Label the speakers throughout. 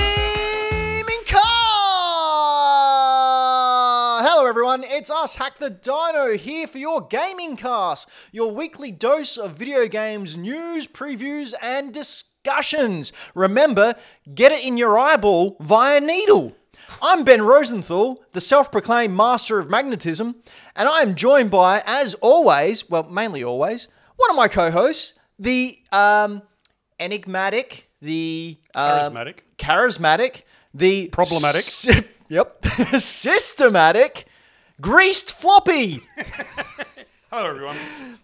Speaker 1: Gaming Car! Hello, everyone. It's us, Hack the Dino, here for your gaming cast, your weekly dose of video games news, previews, and discussions. Remember, get it in your eyeball via needle. I'm Ben Rosenthal, the self proclaimed master of magnetism, and I am joined by, as always, well, mainly always, one of my co hosts, the um, enigmatic, the um,
Speaker 2: Charismatic.
Speaker 1: charismatic, the
Speaker 2: Problematic.
Speaker 1: sy- yep, systematic, greased floppy.
Speaker 2: Hello, everyone.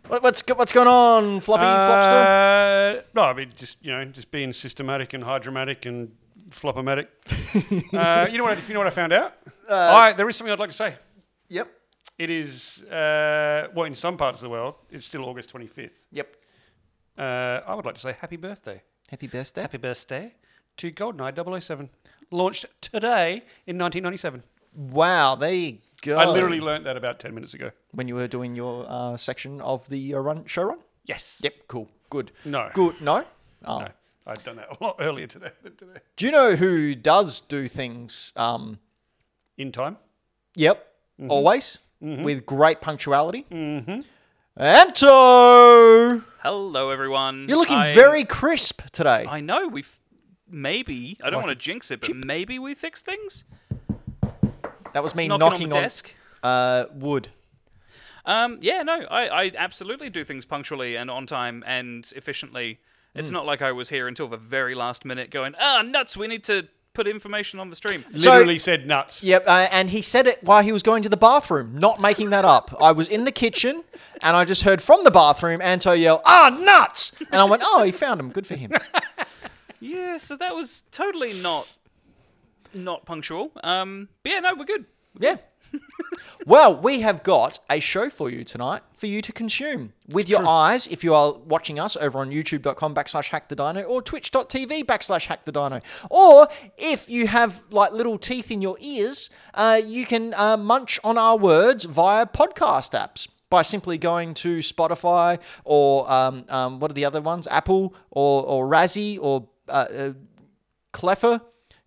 Speaker 1: What- What's go- what's going on, floppy flopster?
Speaker 2: Uh, no, I mean just you know, just being systematic and hydromatic and flopomatic. uh, you know what? If you know what I found out,
Speaker 1: Uh,
Speaker 2: I, there is something I'd like to say.
Speaker 1: Yep,
Speaker 2: It is uh, well, in some parts of the world, it's still August twenty fifth.
Speaker 1: yep.
Speaker 2: Uh, I would like to say happy birthday,
Speaker 1: Happy birthday.
Speaker 2: happy birthday to GoldenEye 007, launched today in nineteen ninety seven.
Speaker 1: Wow, there you go.
Speaker 2: I literally learnt that about ten minutes ago.
Speaker 1: when you were doing your uh, section of the uh, run show run.
Speaker 2: Yes.
Speaker 1: Yep, cool, good,
Speaker 2: No.
Speaker 1: good. No. Oh.
Speaker 2: No, I'd done that a lot earlier today than today.
Speaker 1: Do you know who does do things? Um,
Speaker 2: In time.
Speaker 1: Yep. Always. With great punctuality. Mm-hmm. Anto!
Speaker 3: Hello, everyone.
Speaker 1: You're looking
Speaker 3: I-
Speaker 1: very crisp today.
Speaker 3: I know we've maybe. I don't want to jinx it, but maybe we fix things.
Speaker 1: that was me
Speaker 3: Knocking,
Speaker 1: knocking
Speaker 3: on the desk.
Speaker 1: uh, wood.
Speaker 3: Um, yeah, no, I, I absolutely do things punctually and on time and efficiently. It's not like I was here until the very last minute, going, "Ah, nuts! We need to put information on the stream."
Speaker 1: So-
Speaker 2: Literally said nuts.
Speaker 1: Yep, uh, and he said it while he was going to the bathroom, not making that up. I was in the kitchen, and I just heard from the bathroom Anto yell, "Ah, nuts!" And I went, "Oh, he found him. Good for him."
Speaker 3: Yeah, so that was totally not not punctual. Um, but yeah, no, we're good.
Speaker 1: Yeah. well, we have got a show for you tonight for you to consume with your eyes if you are watching us over on youtube.com backslash hack the dino or twitch.tv backslash hack the dino. Or if you have like little teeth in your ears, uh, you can uh, munch on our words via podcast apps by simply going to Spotify or um, um, what are the other ones? Apple or, or Razzie or uh, uh, Cleffer.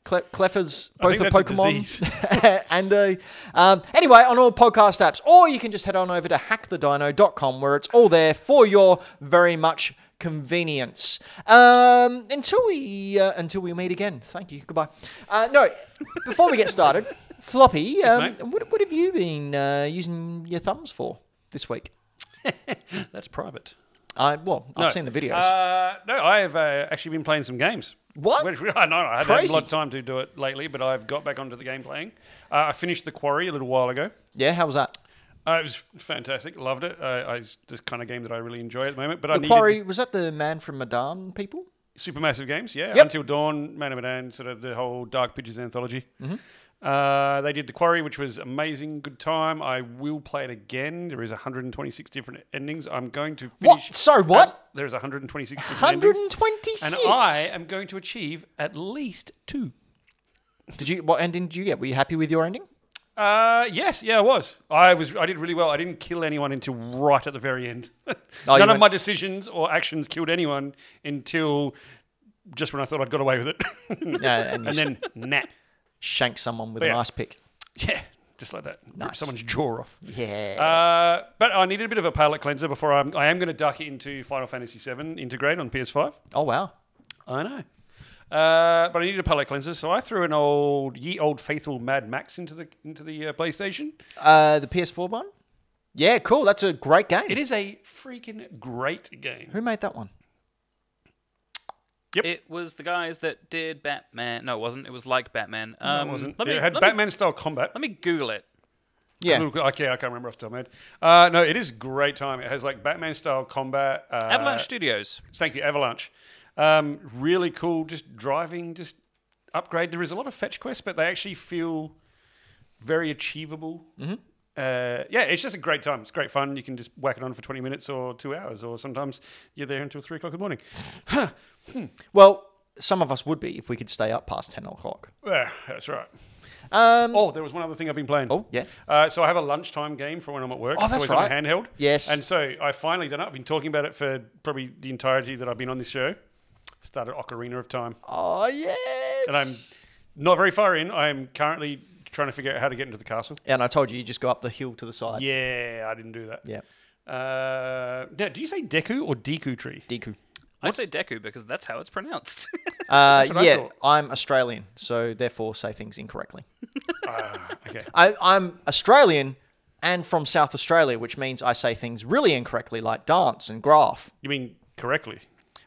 Speaker 1: Cle- Cleffer's
Speaker 2: I
Speaker 1: both
Speaker 2: think
Speaker 1: a
Speaker 2: that's a
Speaker 1: Pokemon and uh, um, anyway on all podcast apps, or you can just head on over to hackthedino.com where it's all there for your very much convenience. Um, until we uh, until we meet again, thank you. Goodbye. Uh, no, before we get started, Floppy, um,
Speaker 2: mate.
Speaker 1: what, what have you been uh, using your thumbs for this week?
Speaker 2: That's private.
Speaker 1: I well, I've
Speaker 2: No.
Speaker 1: seen the videos.
Speaker 2: Uh, no, I have uh, actually been playing some games.
Speaker 1: What?
Speaker 2: Which, I know I haven't had
Speaker 1: Crazy.
Speaker 2: a lot of time to do it lately, but I've got back onto the game playing. Uh, I finished The Quarry a little while ago.
Speaker 1: yeah, how was that?
Speaker 2: Uh, it was fantastic. Loved it. Uh, I, it's this kind of game that I really enjoy at the moment. But I
Speaker 1: The
Speaker 2: needed
Speaker 1: quarry was that the man from Madan people?
Speaker 2: Supermassive Games, yeah.
Speaker 1: Yep.
Speaker 2: Until Dawn, Man of Medan, sort of the whole Dark Pictures anthology.
Speaker 1: Mm-hmm.
Speaker 2: Uh, they did The Quarry, which was amazing. Good time. I will play it again. There is 126 different endings. I'm going to
Speaker 1: What?
Speaker 2: finish.
Speaker 1: Sorry, what?
Speaker 2: There is 126 different endings.
Speaker 1: 126.
Speaker 2: And I am going to achieve at least two.
Speaker 1: Did you? What ending did you get? Were you happy with your ending?
Speaker 2: Uh, yes, yeah, I was. I was. I did really well. I didn't kill anyone until right at the very end. None
Speaker 1: went-
Speaker 2: of my decisions or actions killed anyone until just when I thought I'd got away with it.
Speaker 1: Yeah, and you
Speaker 2: and then nah,
Speaker 1: shank someone with an
Speaker 2: yeah.
Speaker 1: ice pick.
Speaker 2: yeah, just like that. Rip someone's jaw off.
Speaker 1: Yeah.
Speaker 2: Uh, but I needed a bit of a palate cleanser before I'm. I am going to duck it into Final Fantasy VII Integrate on PS5.
Speaker 1: oh wow.
Speaker 2: I know. Uh, but I needed a palate cleanser, so I threw an old, ye old faithful Mad Max into the into the uh, PlayStation.
Speaker 1: Uh, the PS4 one. Yeah, cool. That's a great game.
Speaker 2: It is a freaking great game.
Speaker 1: Who made that one?
Speaker 2: Yep.
Speaker 3: It was the guys that did Batman. No, it wasn't. It was like Batman. Um,
Speaker 2: it wasn't.
Speaker 3: Let me,
Speaker 2: it had
Speaker 3: let me-
Speaker 2: Batman style combat.
Speaker 3: let me Google it.
Speaker 1: Yeah.
Speaker 2: Little- okay, I can't remember off the top of my head. Uh, no, it is great time. It has like Batman style combat. Uh,
Speaker 3: Avalanche Studios.
Speaker 2: Thank you, Avalanche. Um, really cool. Just driving, just upgrade. There is a lot of fetch quests, but they actually feel very achievable. Mm-hmm. Uh, yeah, it's just a great time. It's great fun. You can just whack it on for 20 minutes or two hours, or sometimes you're there until three o'clock in the morning.
Speaker 1: Well, some of us would be if we could stay up past ten o'clock.
Speaker 2: Yeah, Ah, that's right.
Speaker 1: Um,
Speaker 2: Oh, there was one other thing I've been playing.
Speaker 1: Oh, yeah.
Speaker 2: Uh, so I have a lunchtime game for when I'm at work.
Speaker 1: Oh,
Speaker 2: It's
Speaker 1: that's right.
Speaker 2: always on a handheld.
Speaker 1: Yes.
Speaker 2: And so I finally done it. I've been talking about it for probably the entirety that I've been on this show. Started Ocarina of Time.
Speaker 1: oh yes.
Speaker 2: And I'm not very far in. I'm currently trying to figure out how to get into the castle.
Speaker 1: And I told you, you just go up the hill to the side.
Speaker 2: Yeah, I didn't do that.
Speaker 1: Yeah.
Speaker 2: Uh, now, do you say Deku or Deku tree?
Speaker 1: Deku.
Speaker 3: I say Deku because that's how it's pronounced.
Speaker 1: Uh,
Speaker 2: what I
Speaker 1: yeah,
Speaker 2: thought.
Speaker 1: I'm Australian, so therefore say things incorrectly.
Speaker 2: Ah, okay.
Speaker 1: I, I'm Australian and from South Australia, which means I say things really incorrectly, like dance and graph.
Speaker 2: You mean correctly?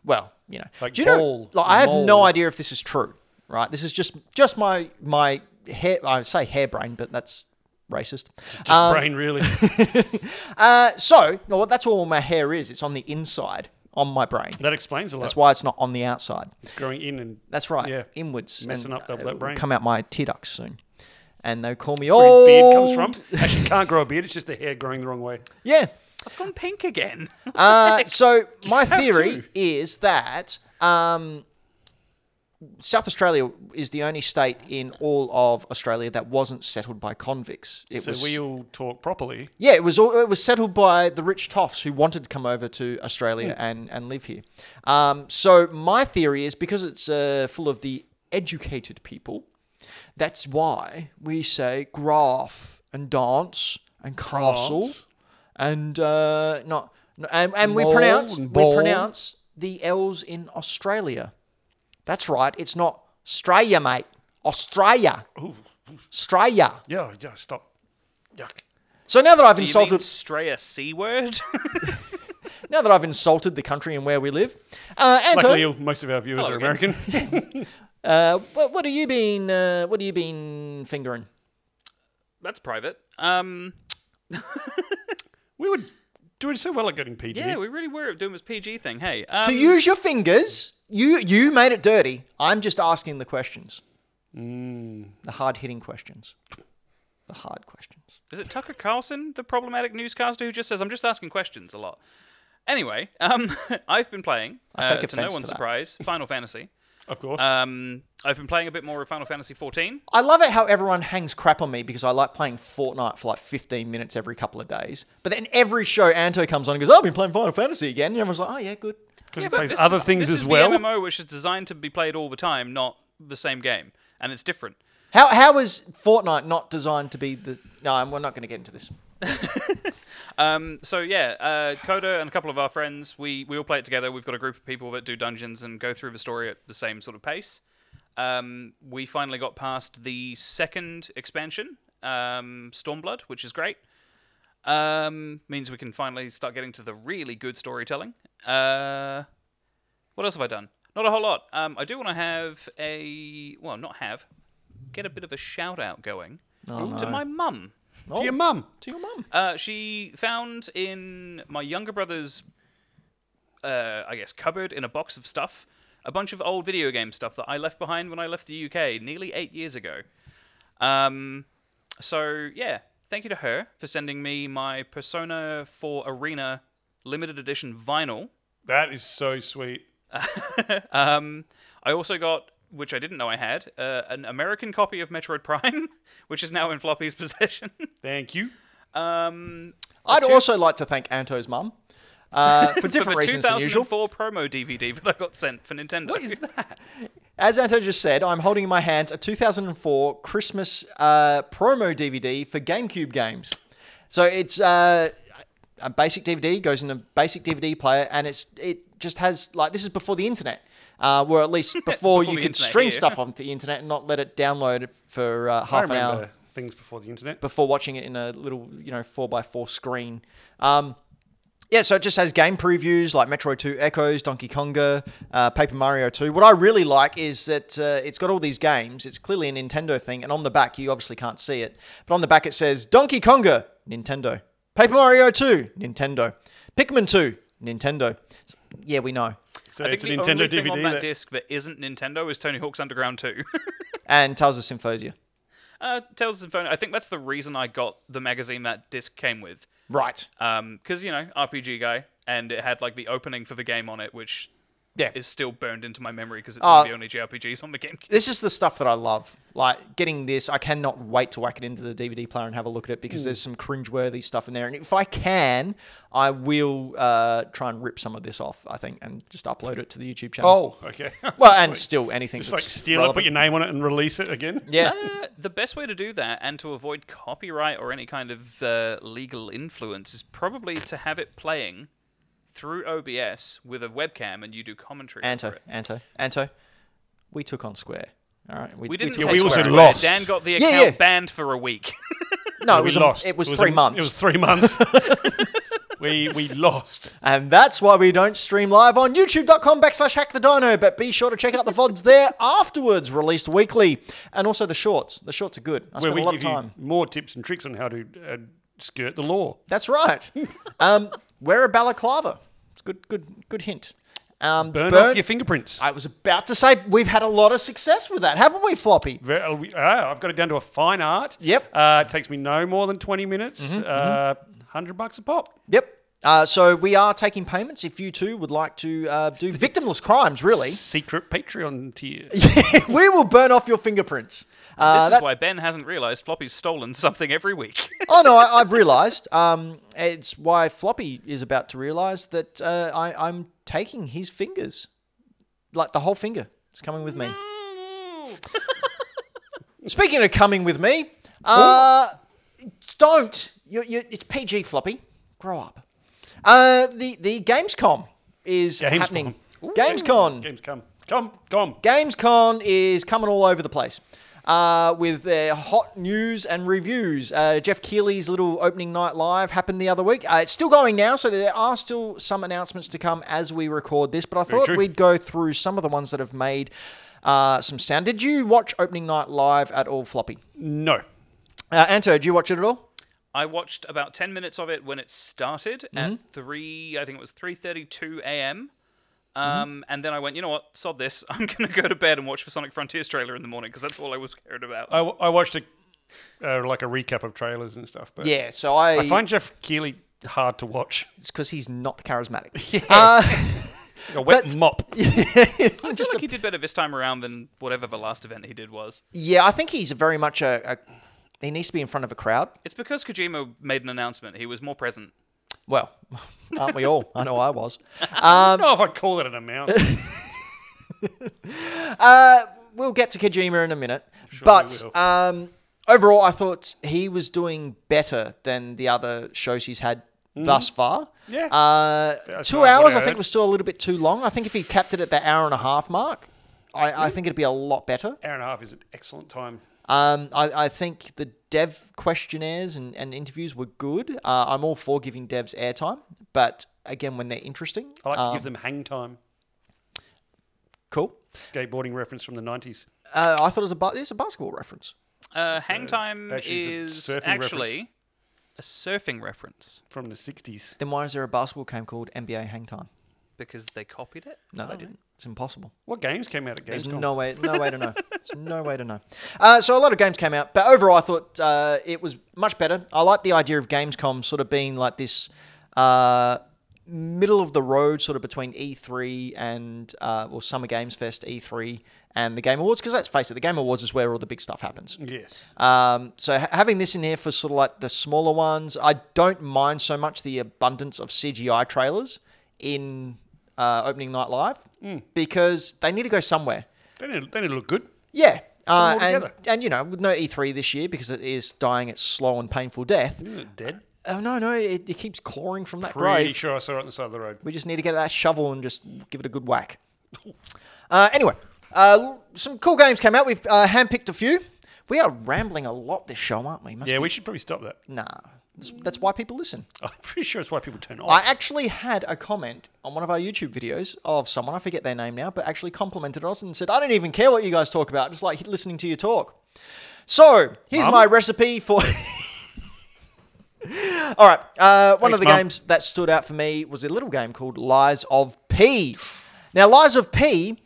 Speaker 1: Well, you know,
Speaker 2: Like
Speaker 1: do you know?
Speaker 2: bowl,
Speaker 1: like, I have no
Speaker 2: mole.
Speaker 1: idea if this is true, right? This is just just my my hair. I say hairbrain, but that's racist. Um,
Speaker 2: Brain really.
Speaker 1: uh, so, no, that's all my hair is. It's on the inside, on my brain.
Speaker 2: that explains a lot.
Speaker 1: That's why it's not on the outside.
Speaker 2: it's growing in and
Speaker 1: That's right.
Speaker 2: Yeah.
Speaker 1: Inwards.
Speaker 2: Messing up that-
Speaker 1: it
Speaker 2: that
Speaker 1: will
Speaker 2: brain.
Speaker 1: Come out my tear ducts soon. And they'll call me
Speaker 2: where
Speaker 1: old.
Speaker 2: beard comes from. Actually, you can't grow a beard. It's just the hair growing the wrong way.
Speaker 1: Yeah.
Speaker 3: I've gone pink again.
Speaker 1: Uh, so my
Speaker 2: have
Speaker 1: theory
Speaker 2: to.
Speaker 1: is that um, South Australia is the only state in all of Australia that wasn't settled by convicts. It
Speaker 2: So
Speaker 1: was
Speaker 2: we all talk properly.
Speaker 1: yeah, it was all, it was settled by the rich toffs who wanted to come over to Australia
Speaker 3: Hmm.
Speaker 1: and and live here. Um, so my theory is because it's uh, full of the educated people, that's why we say graph and dance and castle
Speaker 2: Grants.
Speaker 1: and uh, not no- and, and we
Speaker 2: Mole
Speaker 1: pronounce
Speaker 2: and
Speaker 1: we
Speaker 2: ball.
Speaker 1: pronounce the L's in Australia. That's right. It's not Australia, mate. Australia,
Speaker 2: Ooh,
Speaker 1: Australia.
Speaker 2: yeah, Oh, yeah. Stop. Yuck.
Speaker 1: So now that I've
Speaker 3: Do you
Speaker 1: insulted
Speaker 3: mean stray a c word?
Speaker 1: Now that I've insulted the country and where we live, uh,
Speaker 2: Luckily,
Speaker 1: Anto,
Speaker 2: most of our viewers
Speaker 3: Hello
Speaker 2: are
Speaker 3: again.
Speaker 2: American.
Speaker 1: uh, what, what have you been? Uh, what have you been fingering?
Speaker 3: that's private. Um,
Speaker 2: we were doing so well at getting PG.
Speaker 3: yeah, we really were doing this PG thing. Hey, um,
Speaker 1: to use your fingers. You you made it dirty. I'm just asking the questions, the hard hitting questions, the hard questions.
Speaker 3: Is it Tucker Carlson, the problematic newscaster who just says, I'm just asking questions a lot? Anyway, um, I've been playing,
Speaker 1: I
Speaker 3: uh,
Speaker 1: take
Speaker 3: to no
Speaker 1: offense
Speaker 3: one's
Speaker 1: to that.
Speaker 3: surprise, Final Fantasy.
Speaker 2: of course.
Speaker 3: Um, I've been playing a bit more of Final Fantasy 14.
Speaker 1: I love it how everyone hangs crap on me because I like playing Fortnite for like 15 minutes every couple of days. But then every show, Anto comes on and goes, "Oh, I've been playing Final Fantasy again," and everyone's like, "Oh yeah, good."
Speaker 2: Because
Speaker 3: but
Speaker 2: it plays
Speaker 3: this-
Speaker 2: other things
Speaker 3: this
Speaker 2: as
Speaker 3: is
Speaker 2: well.
Speaker 3: the MMO which is designed to be played all the time, not the same game. And it's different.
Speaker 1: How how is Fortnite not designed to be the? No, I'm- we're not going to get into this.
Speaker 3: Um, so yeah, uh, Coda and a couple of our friends, we we all play it together. We've got a group of people that do dungeons and go through the story at the same sort of pace. Um, we finally got past the second expansion, um, Stormblood, which is great. Um, means we can finally start getting to the really good storytelling. Uh, what else have I done? Not a whole lot. Um, I do want to have a well, not have, get a bit of a shout out going to my mum.
Speaker 1: Oh,
Speaker 2: To your mum.
Speaker 1: to your mum.
Speaker 3: Uh, she found in my younger brother's, uh, I guess, cupboard in a box of stuff, a bunch of old video game stuff that I left behind when I left the UK nearly eight years ago. Um, so yeah, thank you to her for sending me my Persona 4 Arena limited edition vinyl.
Speaker 2: That is so sweet.
Speaker 3: Um, I also got, which I didn't know I had, uh, an American copy of Metroid Prime, which is now in Floppy's possession.
Speaker 2: Thank you.
Speaker 3: um,
Speaker 1: I'd also like to thank Anto's mum uh, for different
Speaker 3: for the
Speaker 1: reasons than usual.
Speaker 3: 2004 promo DVD that I got sent for Nintendo. What is that?
Speaker 1: As Anto just said, I'm holding in my hands a 2004 Christmas uh, promo DVD for GameCube games. So it's uh, a basic DVD goes in a basic DVD player, and it's it just has like this is before the internet, uh, or at least before,
Speaker 3: Before
Speaker 1: you
Speaker 3: the
Speaker 1: could
Speaker 3: internet,
Speaker 1: stream
Speaker 3: yeah.
Speaker 1: stuff onto the internet and not let it download it for uh,
Speaker 2: I
Speaker 1: half an hour
Speaker 2: remember things before the internet.
Speaker 1: before watching it in a little, you know, four by four screen. Um, yeah, so it just has game previews like Metroid 2 Echoes, Donkey Konga, uh, Paper Mario 2. What I really like is that uh, it's got all these games. It's clearly a Nintendo thing, and on the back, you obviously can't see it, but on the back it says Donkey Konga, Nintendo. Paper Mario 2, Nintendo. Pikmin 2, Nintendo. S- Yeah, we know.
Speaker 2: So
Speaker 3: I
Speaker 2: it's
Speaker 3: think
Speaker 2: a
Speaker 3: the
Speaker 2: Nintendo
Speaker 3: only thing on
Speaker 2: DVD.
Speaker 3: that
Speaker 2: that-
Speaker 3: disc that isn't Nintendo is Tony Hawk's Underground 2.
Speaker 1: And Tales of Symphosia.
Speaker 3: uh, Tales of Symphonia. I think that's the reason I got the magazine that disc came with. Um,
Speaker 1: Right.
Speaker 3: Because, you know, RPG guy. And it had, like, the opening for the game on it, which
Speaker 1: Yeah.
Speaker 3: is still burned into my memory because it's
Speaker 1: Uh,
Speaker 3: one of the only JRPGs on the GameCube.
Speaker 1: This is the stuff that I love. Like getting this, I cannot wait to whack it into the DVD player and have a look at it
Speaker 2: Hmm.
Speaker 1: because there's some cringeworthy stuff in there. And if I can, I will uh, try and rip some of this off. I think and just upload it to the YouTube channel.
Speaker 2: Oh, okay.
Speaker 1: well, and still anything
Speaker 2: Just like
Speaker 1: that's
Speaker 2: steal it, put
Speaker 1: relevant.
Speaker 2: your name on it, and release it again.
Speaker 1: yeah.
Speaker 3: Uh, the best way to do that and to avoid copyright or any kind of uh, legal influence is probably to have it playing through OBS with a webcam and you do commentary.
Speaker 1: Anto,
Speaker 3: over it.
Speaker 1: Anto, Anto. We took on Square. All right.
Speaker 3: We didn't
Speaker 1: took
Speaker 3: take
Speaker 1: on
Speaker 2: we also
Speaker 1: Square.
Speaker 2: lost.
Speaker 3: Dan got the
Speaker 1: Yeah,
Speaker 3: account
Speaker 1: yeah.
Speaker 3: banned for a week.
Speaker 1: No, it
Speaker 2: we
Speaker 1: was, a-
Speaker 2: lost.
Speaker 1: it was
Speaker 2: a-
Speaker 1: three months.
Speaker 2: It was three months. we we lost.
Speaker 1: And that's why we don't stream live on youtube.com backslash hack the dino, but be sure to check out the VODs there afterwards, released weekly. And also the shorts. The shorts are good. I
Speaker 2: Where
Speaker 1: spent a
Speaker 2: we
Speaker 1: lot of
Speaker 2: give
Speaker 1: time.
Speaker 2: you more tips and tricks on how to uh, skirt the law.
Speaker 1: That's right. um, wear a balaclava. It's good, good, good hint. Um,
Speaker 2: Burn,
Speaker 1: burn-
Speaker 2: off your fingerprints.
Speaker 1: I was about to say we've had a lot of success with that, haven't we, Floppy?
Speaker 2: Ve- uh, we- ah, I've got it down to a fine art.
Speaker 1: Yep. Mm-hmm,
Speaker 2: Uh, it takes me no more than 20 minutes. uh, 100 bucks a pop.
Speaker 1: Yep. Uh, so we are taking payments if you too would like to uh, do victimless crimes. Really,
Speaker 2: Secret Patreon tier.
Speaker 1: we will burn off your fingerprints.
Speaker 3: this
Speaker 1: Uh,
Speaker 3: is
Speaker 1: that-
Speaker 3: why Ben hasn't realized Floppy's stolen something every week.
Speaker 1: oh no, I, I've realised. Um, it's why Floppy is about to realise that uh, I, I'm taking his fingers, like the whole finger. It's coming with me. Speaking of coming with me, uh, don't. You, you, it's PG, Floppy. Grow up. Uh, the the Gamescom is
Speaker 2: Gamescom.
Speaker 1: happening. Gamescom.
Speaker 2: Games come. Come, come.
Speaker 1: Gamescon is coming all over the place uh, with uh, hot news and reviews. Uh, Jeff Keighley's little opening night live happened the other week. Uh, it's still going now, so there are still some announcements to come as we record this. But I thought
Speaker 2: true.
Speaker 1: we'd go through some of the ones that have made uh, some sound. Did you watch opening night live at all, Floppy?
Speaker 2: No.
Speaker 1: Uh, Anto, did you watch it at all?
Speaker 3: I watched about 10 minutes of it when it started
Speaker 2: Mm-hmm.
Speaker 3: at 3, I think it was 3.32 a.m.
Speaker 2: Mm-hmm.
Speaker 3: Um, And then I went, you know what, sod this. I'm going to go to bed and watch the Sonic Frontiers trailer in the morning because that's all I was cared about.
Speaker 2: I, w- I watched a, uh, like a recap of trailers and stuff. But
Speaker 1: Yeah, so I,
Speaker 2: I find Jeff Keighley hard to watch.
Speaker 1: it's because he's not charismatic. Uh,
Speaker 2: Like a wet
Speaker 1: But-
Speaker 2: mop.
Speaker 3: I feel like he did better this time around than whatever the last event he did was.
Speaker 1: yeah, I think he's very much a, a. He needs to be in front of a crowd.
Speaker 3: It's because Kojima made an announcement. He was more present.
Speaker 1: Well, aren't we all? I know I was.
Speaker 2: I
Speaker 1: um,
Speaker 2: don't know if I'd call that an amount.
Speaker 1: Uh, we'll get to Kojima in a minute. but
Speaker 2: we will.
Speaker 1: um, overall, I thought he was doing better than the other shows he's had thus far.
Speaker 2: Mm-hmm. Yeah.
Speaker 1: Uh,
Speaker 2: That's
Speaker 1: two
Speaker 2: what I
Speaker 1: hours, I think,
Speaker 2: heard.
Speaker 1: was still a little bit too long. I think if he capped it at the hour and a half mark,
Speaker 2: Mm-hmm.
Speaker 1: I, I think it'd be a lot better.
Speaker 2: Hour and a half is an excellent time.
Speaker 1: Um, I, I think the dev questionnaires and, and interviews were good. Uh, I'm all for giving devs airtime, but again, when they're interesting,
Speaker 2: I like
Speaker 1: um,
Speaker 2: to give them hang time.
Speaker 1: cool.
Speaker 2: Skateboarding reference from the 90s.
Speaker 1: Uh, I thought it was a, ba- it's a basketball reference.
Speaker 3: Uh, hang time
Speaker 2: actually, it's
Speaker 3: is
Speaker 2: a surfing
Speaker 3: actually a surfing reference
Speaker 2: From the 60s.
Speaker 1: Then why is there a basketball game called NBA Hang Time?
Speaker 3: because they copied it.
Speaker 1: No, they didn't. It's impossible.
Speaker 2: What games came out at
Speaker 1: There's
Speaker 2: Gamescom?
Speaker 1: no way, no way to know. There's no way to know. Uh, so a lot of games came out, but overall, I thought uh, it was much better. I like the idea of Gamescom sort of being like this uh, middle of the road, sort of between E3 and uh, well, Summer Games Fest, E3, and the Game Awards. Because let's face it, the Game Awards is where all the big stuff happens.
Speaker 2: Yes.
Speaker 1: Um, so ha- having this in here for sort of like the smaller ones, I don't mind so much the abundance of CGI trailers in uh, opening night live
Speaker 2: Hmm.
Speaker 1: because they need to go somewhere.
Speaker 2: They didn't, they didn't look good.
Speaker 1: Yeah. Uh, and,
Speaker 2: all together.
Speaker 1: and you know, with no E3 this year because it is dying its slow and painful death.
Speaker 2: Isn't it dead?
Speaker 1: Oh no, no, it, it keeps clawing from that
Speaker 2: Pretty
Speaker 1: grave.
Speaker 2: sure I saw it on the side of the road.
Speaker 1: We just need to get that shovel and just give it a good whack. Uh, anyway, uh, some cool games came out. We've uh, handpicked a few. We are rambling a lot this show, aren't we? Must
Speaker 2: Yeah, we should probably stop that.
Speaker 1: Nah. That's- That's
Speaker 2: Mm.
Speaker 1: why people listen.
Speaker 2: I'm pretty sure it's why people turn off.
Speaker 1: I actually had a comment on one of our YouTube videos of someone, I forget their name now, but actually complimented us and said, I don't even care what you guys talk about, just like listening to you talk. So here's
Speaker 2: Mum?
Speaker 1: my recipe for. All right. Uh, one
Speaker 2: Thanks,
Speaker 1: of the
Speaker 2: Mum.
Speaker 1: games that stood out for me was a little game called Lies of P. Now, Lies of P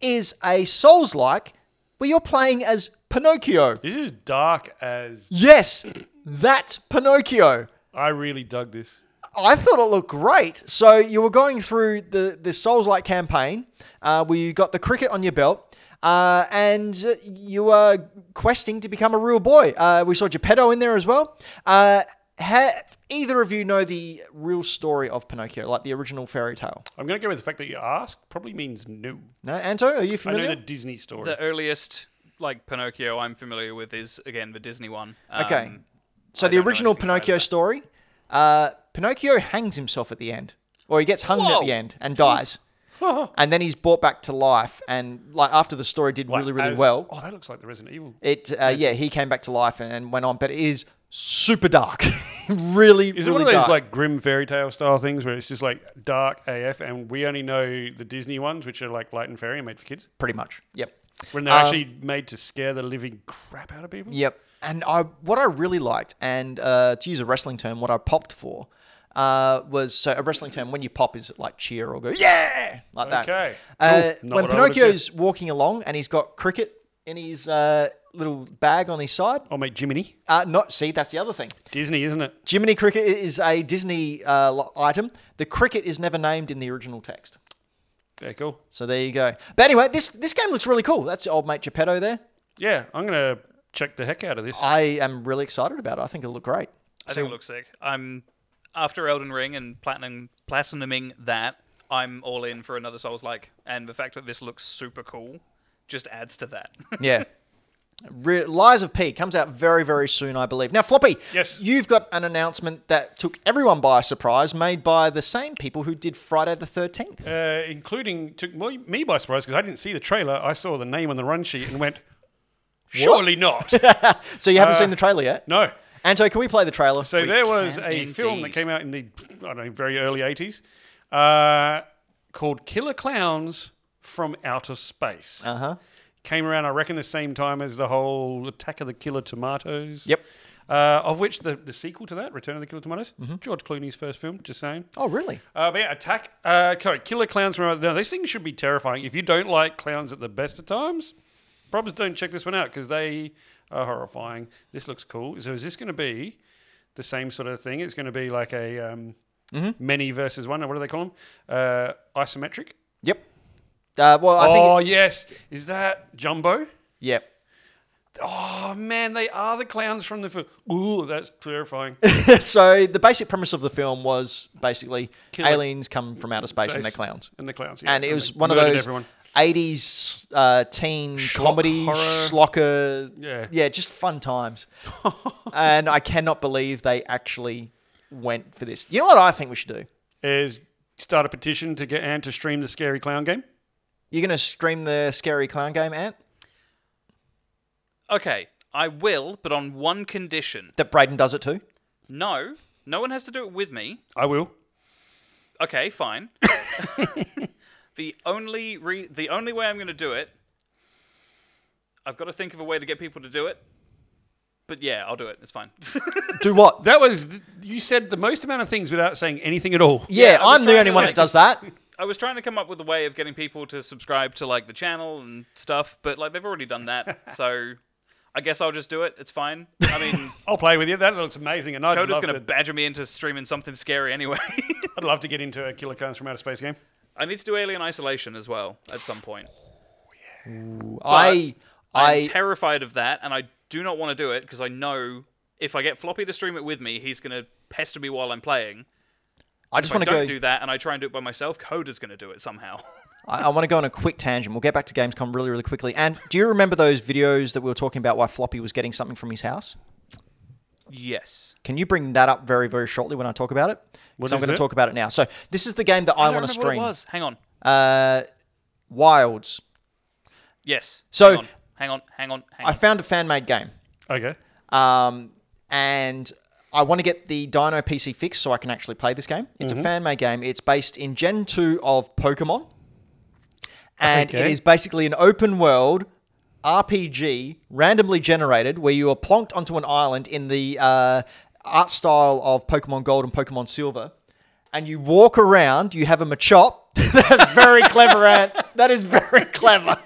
Speaker 1: is a Souls like where you're playing as Pinocchio.
Speaker 2: this is dark as.
Speaker 1: Yes, that Pinocchio.
Speaker 2: I really dug this.
Speaker 1: I thought it looked great. So you were going through the the Souls like campaign, uh, where you got the cricket on your belt, uh, and you were questing to become a real boy. Uh, we saw Geppetto in there as well. Uh, have either of you know the real story of Pinocchio, like the original fairy tale?
Speaker 2: I'm going to go with the fact that you asked probably means no.
Speaker 1: No, Anto, are you
Speaker 2: I know
Speaker 1: familiar?
Speaker 2: the Disney story.
Speaker 3: The earliest like Pinocchio I'm familiar with is again the Disney one.
Speaker 1: Okay.
Speaker 3: Um,
Speaker 1: so
Speaker 3: I
Speaker 1: the
Speaker 3: don't know
Speaker 1: original
Speaker 3: anything about
Speaker 1: Pinocchio
Speaker 3: that.
Speaker 1: story, uh, Pinocchio hangs himself at the end, or he gets hung at
Speaker 3: Whoa.
Speaker 1: the end and dies, and then he's brought back to life. And like after the story did
Speaker 2: Like,
Speaker 1: really really
Speaker 2: as-
Speaker 1: well,
Speaker 2: Oh, that looks like the Resident Evil.
Speaker 1: it uh, yeah he came back to life and, and went on, but it is super dark, really really
Speaker 2: Is it one of those
Speaker 1: dark.
Speaker 2: like grim fairy tale style things where it's just like dark AF, and we only know the Disney ones, which are like light and fairy and made for kids,
Speaker 1: Pretty much, yep,
Speaker 2: when they're
Speaker 1: Um,
Speaker 2: actually made to scare the living crap out of people?
Speaker 1: yep. And I what I really liked, and uh, to use a wrestling term, what I popped for. Uh, was so a wrestling term when you pop is like cheer or go yeah like that
Speaker 2: Okay.
Speaker 1: Uh,
Speaker 2: Cool. Not
Speaker 1: when
Speaker 2: what I would've
Speaker 1: Pinocchio's walking along and he's got cricket in his uh, little bag on his side,
Speaker 2: Oh, mate, Jiminy.
Speaker 1: uh, not see that's the other thing.
Speaker 2: Disney, isn't it?
Speaker 1: Jiminy cricket is a Disney uh, lo- item. The cricket is never named in the original text.
Speaker 2: Yeah, cool.
Speaker 1: So there you go. But anyway, this this game looks really cool. That's old mate Geppetto there.
Speaker 2: Yeah, I'm going to check the heck out of this.
Speaker 1: I am really excited about it. I think it'll look great.
Speaker 3: I think it looks sick. I'm after Elden Ring and platinum platinuming that. I'm all in for another Souls like, and the fact that this looks super cool just adds to that.
Speaker 1: Yeah. Re- Lies of P comes out very, very soon, I believe. Now, Floppy,
Speaker 2: Yes.
Speaker 1: you've got an announcement that took everyone by surprise, made by the same people who did Friday the 13th.
Speaker 2: uh, including took me me by surprise because I didn't see the trailer. I saw the name on the run sheet and went, surely not.
Speaker 1: So you haven't seen the trailer yet?
Speaker 2: Uh, no.
Speaker 1: Anto, can we play the trailer?
Speaker 2: So there was a
Speaker 3: can
Speaker 2: film that
Speaker 3: indeed.
Speaker 2: came out in the I don't know very early '80s uh, called Killer Clowns from Outer Space.
Speaker 1: Uh huh.
Speaker 2: Came around, I reckon, the same time as the whole Attack of the Killer Tomatoes.
Speaker 1: Yep.
Speaker 2: Uh, of which the, the sequel to that, Return of the Killer Tomatoes, George Clooney's first film. Just saying.
Speaker 1: Oh, really?
Speaker 2: Uh, but yeah, attack. Uh, sorry, killer clowns. From, no, these things should be terrifying. If you don't like clowns at the best of times, probably don't check this one out because they are horrifying. This looks cool. So is this going to be the same sort of thing? It's going to be like a um,
Speaker 1: Mm-hmm.
Speaker 2: many versus one. or What do they call them? Uh, isometric.
Speaker 1: Yep. Uh, well, I think.
Speaker 2: oh
Speaker 1: It,
Speaker 2: yes, is that Jumbo?
Speaker 1: yep.
Speaker 2: Oh man, they are the clowns from the film. Ooh, that's terrifying.
Speaker 1: so the basic premise of the film was basically
Speaker 2: Killer-
Speaker 1: aliens come from outer space and they're clowns.
Speaker 2: And the clowns. yeah.
Speaker 1: And it was
Speaker 2: they
Speaker 1: one of
Speaker 2: murdered
Speaker 1: those
Speaker 2: Everyone.
Speaker 1: 80s uh, teen
Speaker 2: Schlock
Speaker 1: comedy,
Speaker 2: horror.
Speaker 1: schlocker.
Speaker 2: Yeah.
Speaker 1: Yeah, just fun times. and I cannot believe they actually went for this. You know what I think we should do?
Speaker 2: Is start a petition to get Ant to stream the scary clown game.
Speaker 1: You're going to stream the scary clown game, Ant?
Speaker 3: okay, I will, but on one condition.
Speaker 1: That Braden does it too?
Speaker 3: No, no one has to do it with me.
Speaker 2: I will.
Speaker 3: Okay, fine. the only re- the only way I'm going to do it, I've got to think of a way to get people to do it. But yeah, I'll do it. It's fine.
Speaker 1: Do what?
Speaker 2: That was you said the most amount of things without saying anything at all.
Speaker 1: Yeah,
Speaker 3: Yeah, I was
Speaker 1: I'm the
Speaker 3: trying
Speaker 1: only
Speaker 3: to,
Speaker 1: one
Speaker 3: like-
Speaker 1: that does that.
Speaker 3: I was trying to come up with a way of getting people to subscribe to like the channel and stuff, but like they've already done that, so I guess I'll just do it. It's fine. I mean,
Speaker 2: I'll play with you. That looks amazing, and I'd
Speaker 3: Coda's
Speaker 2: love,
Speaker 3: going to
Speaker 2: to,
Speaker 3: badger me into streaming something scary anyway.
Speaker 2: I'd love to get into a Killer Clowns from Outer Space game.
Speaker 3: I need to do Alien Isolation as well at some point.
Speaker 1: I,
Speaker 3: I'm
Speaker 1: I,
Speaker 3: terrified of that, and I do not want to do it because I know if I get Floppy to stream it with me, he's going to pester me while I'm playing.
Speaker 1: I just
Speaker 3: If I
Speaker 1: want to
Speaker 3: don't
Speaker 1: go.
Speaker 3: do that and I try and do it by myself, Coda's going to do it somehow.
Speaker 1: I, I want to go on a quick tangent. We'll get back to Gamescom really, really quickly. And do you remember those videos that we were talking about why Floppy was getting something from his house?
Speaker 3: yes.
Speaker 1: Can you bring that up very, very shortly when I talk about it? Because I'm
Speaker 2: is
Speaker 1: going to
Speaker 2: it?
Speaker 1: talk about it now. So this is the game that I,
Speaker 3: don't
Speaker 1: want to
Speaker 3: remember what it
Speaker 1: stream.
Speaker 3: was. Hang on.
Speaker 1: Uh, Wilds.
Speaker 3: Yes.
Speaker 1: So-
Speaker 3: hang on, hang on, hang on. Hang
Speaker 1: I
Speaker 3: on.
Speaker 1: found a fan made game,
Speaker 2: Okay.
Speaker 1: um, and I want to get the Dino PC fixed so I can actually play this game. It's a fan made game. It's based in Gen two of Pokemon. and it
Speaker 2: Okay.
Speaker 1: is basically an open world RPG, randomly generated, where you are plonked onto an island in the uh, art style of Pokemon Gold and Pokemon Silver, and you walk around. You have a Machop. That's very clever, Ant. That is very clever.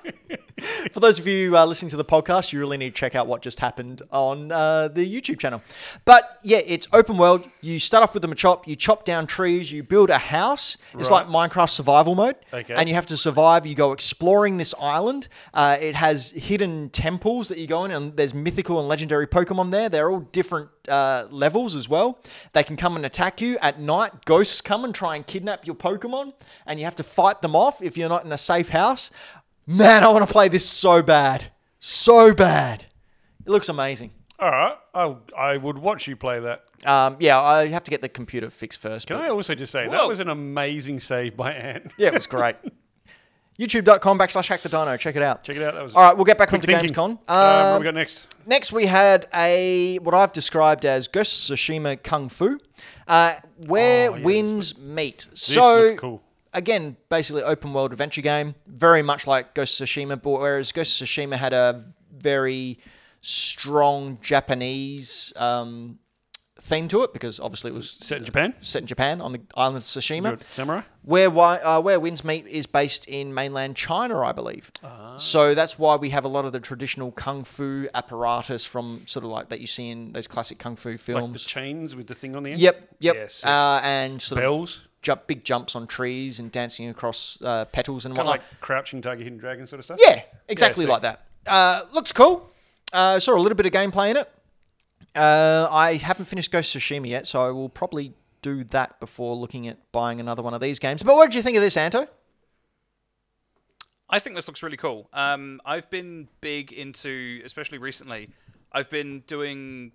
Speaker 1: For those of you uh, listening to the podcast, you really need to check out what just happened on uh, the YouTube channel. But yeah, it's open world. You start off with the machop, you chop down trees, you build a house. It's
Speaker 2: Right.
Speaker 1: like Minecraft survival mode.
Speaker 2: Okay.
Speaker 1: And you have to survive. You go exploring this island. Uh, it has hidden temples that you go in, and there's mythical and legendary Pokemon there. They're all different uh, levels as well. They can come and attack you at night. Ghosts come and try and kidnap your Pokemon, and you have to fight them off if you're not in a safe house. Man, I want to play this so bad. So bad. It looks amazing.
Speaker 2: All right, I'll, I would watch you play that.
Speaker 1: Um, yeah, I have to get the computer fixed first.
Speaker 2: Can
Speaker 1: but-
Speaker 2: I also just say
Speaker 3: Whoa.
Speaker 2: that was an amazing save by Ant?
Speaker 1: Yeah, it was great. YouTube.com backslash hack the dino. Check it out.
Speaker 2: Check it out. That was
Speaker 1: All right, we'll get back
Speaker 2: quick
Speaker 1: onto
Speaker 2: thinking.
Speaker 1: GamesCon.
Speaker 2: Um, what
Speaker 1: Um,
Speaker 2: we got next?
Speaker 1: next, we had a what I've described as Ghost of Tsushima Kung Fu, uh, where
Speaker 2: Oh, yeah, this
Speaker 1: winds meet.
Speaker 2: This
Speaker 1: so
Speaker 2: looked cool.
Speaker 1: again, basically open world adventure game, very much like Ghost of Tsushima, but whereas Ghost of Tsushima had a very strong Japanese um, theme to it because obviously it was
Speaker 2: Set in Japan.
Speaker 1: set in Japan on the island of Tsushima.
Speaker 2: You're a Samurai.
Speaker 1: Where wi- uh, where Winds Meet is based in mainland China, I believe.
Speaker 2: Ah.
Speaker 1: So that's why we have a lot of the traditional kung fu apparatus from sort of like that you see in those classic kung fu
Speaker 2: Like the
Speaker 1: films.
Speaker 2: chains with the thing on the end.
Speaker 1: yep, yep.
Speaker 2: Yes.
Speaker 1: uh, and sort of
Speaker 2: Bells.
Speaker 1: jump, big jumps on trees and dancing across uh, petals and
Speaker 2: Kind of
Speaker 1: whatnot.
Speaker 2: like crouching tiger, hidden dragon sort of stuff.
Speaker 1: yeah, exactly
Speaker 2: sick.
Speaker 1: like that. Uh, looks cool. Uh, saw a little bit of gameplay in it. Uh, I haven't finished Ghost of Tsushima yet, so I will probably do that before looking at buying another one of these games. But what did you think of this, Anto?
Speaker 3: I think this looks really cool. Um, I've been big into, especially recently, I've been doing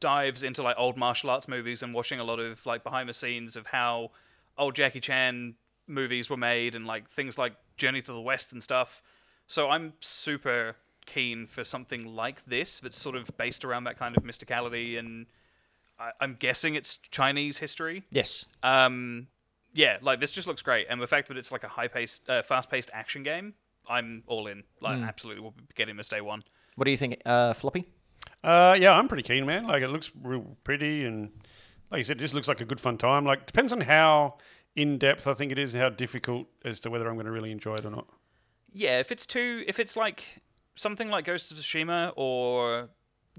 Speaker 3: dives into like old martial arts movies and watching a lot of like behind the scenes of how old Jackie Chan movies were made and like things like Journey to the West and stuff. So I'm super keen for something like this that's sort of based around that kind of mysticality and I- I'm guessing it's Chinese history.
Speaker 1: Yes,
Speaker 3: Um, yeah, like this just looks great, and the fact that it's like a high-paced, uh, fast-paced action game, I'm all in. Like, absolutely, we'll be getting this day one.
Speaker 1: What do you think, uh, Floppy?
Speaker 2: Uh, yeah, I'm pretty keen, man. Like it looks real pretty, and like you said, it just looks like a good fun time. Like depends on how in depth I think it is, and how difficult as to whether I'm going to really enjoy it or not.
Speaker 3: Yeah, if it's too, if it's like something like Ghost of Tsushima, or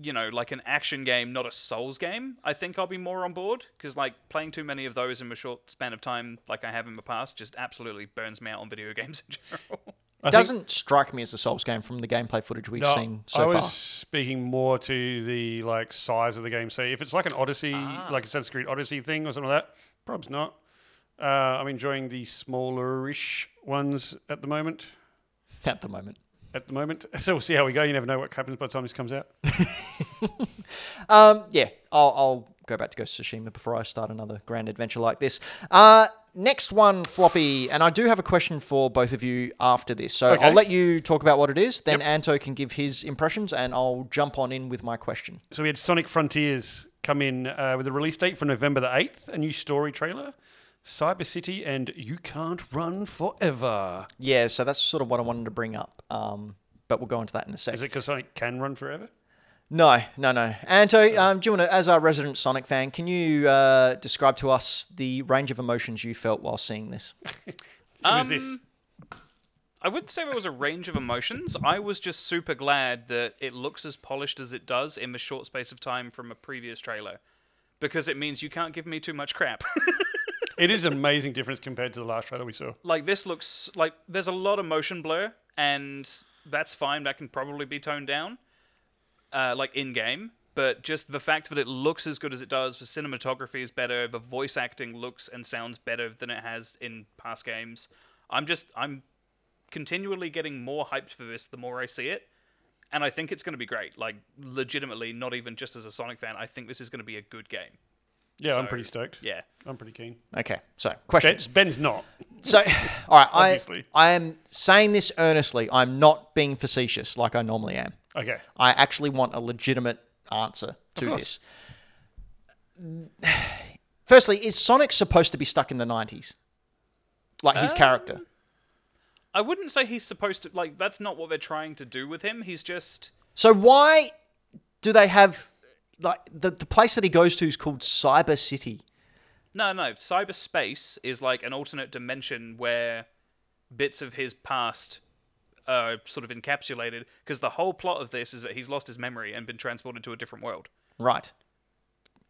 Speaker 3: you know, like an action game, not a Souls game, I think I'll be more on board because like playing too many of those in a short span of time, like I have in the past, just absolutely burns me out on video games in general.
Speaker 2: I think-
Speaker 1: Doesn't strike me as a Souls game from the gameplay footage we've
Speaker 2: No,
Speaker 1: seen
Speaker 2: I
Speaker 1: so
Speaker 2: was
Speaker 1: far.
Speaker 2: speaking more to the like size of the game. So if it's like an Odyssey,
Speaker 1: Ah.
Speaker 2: like a Assassin's Creed Odyssey thing or something like that, probably not. Uh, I'm enjoying the smaller-ish ones at the moment.
Speaker 1: At the moment,
Speaker 2: At the moment, so we'll see how we go. You never know what happens by the time this comes out.
Speaker 1: um, yeah, I'll, I'll go back to Ghost of Tsushima before I start another grand adventure like this. Uh, next one, Floppy, and I do have a question for both of you after this, so
Speaker 2: Okay.
Speaker 1: I'll let you talk about what it is. Then Anto can give his impressions, and I'll jump on in with my question.
Speaker 2: So we had Sonic Frontiers come in uh, with a release date for November the 8th, a new story trailer, Cyber City, and You Can't Run Forever.
Speaker 1: Yeah, so that's sort of what I wanted to bring up, um, but we'll go into that in a sec.
Speaker 2: Is it because Sonic can run forever?
Speaker 1: No, no, no. Anto, um, do you want to, as our resident Sonic fan, can you uh, describe to us the range of emotions you felt while seeing this?
Speaker 2: It was this.
Speaker 3: Um, I wouldn't say there was a range of emotions. I was just super glad that it looks as polished as it does in the short space of time from a previous trailer. Because it means you can't give me too much crap.
Speaker 2: It is an amazing difference compared to the last trailer we saw.
Speaker 3: like, this looks like there's a lot of motion blur, and that's fine. That can probably be toned down, uh, like in game. But just the fact that it looks as good as it does, the cinematography is better, the voice acting looks and sounds better than it has in past games. I'm just, I'm continually getting more hyped for this the more I see it. And I think it's going to be great. Like, legitimately, not even just as a Sonic fan, I think this is going to be a good game.
Speaker 2: Yeah, I'm pretty stoked.
Speaker 3: Yeah.
Speaker 2: I'm pretty keen.
Speaker 1: Okay, so
Speaker 2: Ben,
Speaker 1: questions.
Speaker 2: Ben's not.
Speaker 1: So, all right, I,
Speaker 2: Obviously.
Speaker 1: I am saying this earnestly. I'm not being facetious like I normally am.
Speaker 2: Okay.
Speaker 1: I actually want a legitimate answer to
Speaker 2: course.
Speaker 1: this. Firstly, is Sonic supposed to be stuck in the 90s? Like
Speaker 2: Um,
Speaker 1: his character?
Speaker 3: I wouldn't say he's supposed to, like, that's not what they're trying to do with him. He's just.
Speaker 1: So why do they have like the, the place that he goes to is called Cyber City?
Speaker 3: No, no. Cyberspace is like an alternate dimension where bits of his past uh, sort of encapsulated because the whole plot of this is that he's lost his memory and been transported to a different world.
Speaker 1: Right.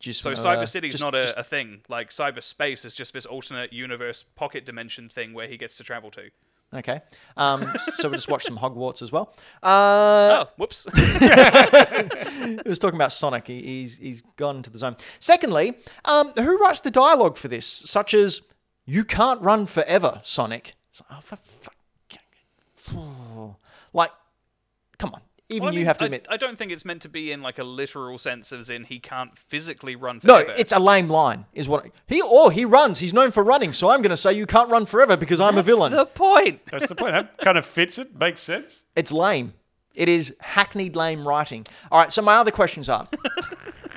Speaker 1: Just
Speaker 3: So
Speaker 1: wanna, uh,
Speaker 3: Cyber City's
Speaker 1: Oh, just-
Speaker 3: not a,
Speaker 1: just-
Speaker 3: a thing. Like cyberspace is just this alternate universe pocket dimension thing where he gets to travel to.
Speaker 1: okay. Um, so we will just watch some Hogwarts as well. Uh,
Speaker 3: Oh, whoops.
Speaker 1: It was talking about Sonic. He, he's he's gone into the zone. Secondly, um, who writes the dialogue for this? Such as "You can't run forever, Sonic." It's like, oh, for fuck. Like, come on. Even
Speaker 3: Well, I
Speaker 1: you
Speaker 3: mean,
Speaker 1: have to
Speaker 3: I-
Speaker 1: admit.
Speaker 3: I, don't think it's meant to be in like a literal sense, as in he can't physically run
Speaker 1: no,
Speaker 3: forever.
Speaker 1: it's a lame line, is what he or he runs. He's known for running, so I'm going to say you can't run forever because I'm a villain.
Speaker 3: the point.
Speaker 2: That's the point. That kind of fits it. Makes sense.
Speaker 1: It's lame. It is hackneyed lame writing. All right, so my other questions are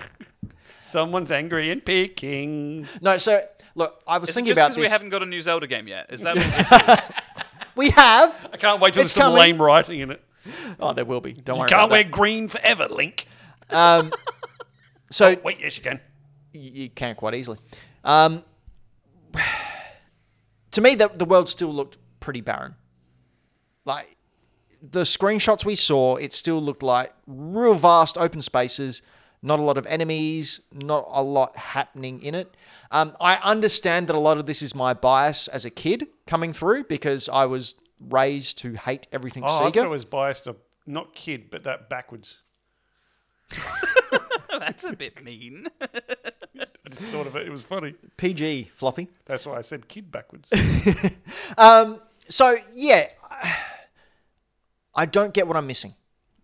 Speaker 2: Someone's angry and peeking.
Speaker 1: no. So look, I was
Speaker 3: Is it
Speaker 1: thinking
Speaker 3: just
Speaker 1: about
Speaker 3: because
Speaker 1: this.
Speaker 3: we haven't got a new Zelda game yet. Is that what this is?
Speaker 1: We have.
Speaker 2: I can't wait till
Speaker 1: It's
Speaker 2: there's some
Speaker 1: coming.
Speaker 2: lame writing in it.
Speaker 1: Oh, there will be. Don't worry.
Speaker 2: Can't
Speaker 1: about
Speaker 2: wear
Speaker 1: That.
Speaker 2: green forever, Link.
Speaker 1: So
Speaker 2: Wait, yes, you can.
Speaker 1: you you can quite easily. Um, to me, the, the world still looked pretty barren. Like the screenshots we saw, it still looked like real vast open spaces, not a lot of enemies, not a lot happening in it. Um, I understand that a lot of this is my bias as a kid coming through because I was raised to hate everything
Speaker 2: Oh, I
Speaker 1: Sega.
Speaker 2: thought it was biased to not kid, but that backwards.
Speaker 3: That's a bit mean.
Speaker 2: I just thought of it. It was funny.
Speaker 1: PG floppy.
Speaker 2: That's why I said kid backwards.
Speaker 1: So yeah, I don't get what I'm missing.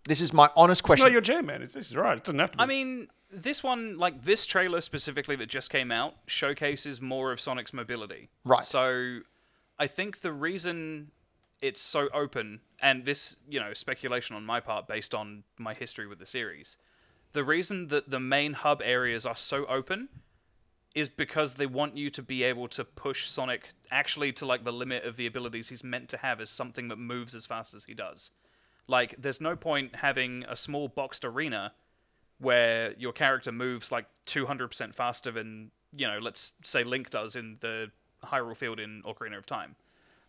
Speaker 1: This is my honest
Speaker 2: it's not
Speaker 1: question.
Speaker 2: your jam, man. It's, this is right. It doesn't have to be.
Speaker 3: I mean, this one, like this trailer specifically that just came out, showcases more of Sonic's mobility.
Speaker 1: Right.
Speaker 3: So I think the reason it's so open, and this, you know, speculation on my part based on my history with the series, the reason that the main hub areas are so open is because they want you to be able to push Sonic actually to like the limit of the abilities he's meant to have as something that moves as fast as he does. Like, there's no point having a small boxed arena where your character moves like 200% faster than, you know, let's say Link does in the Hyrule Field in Ocarina of Time.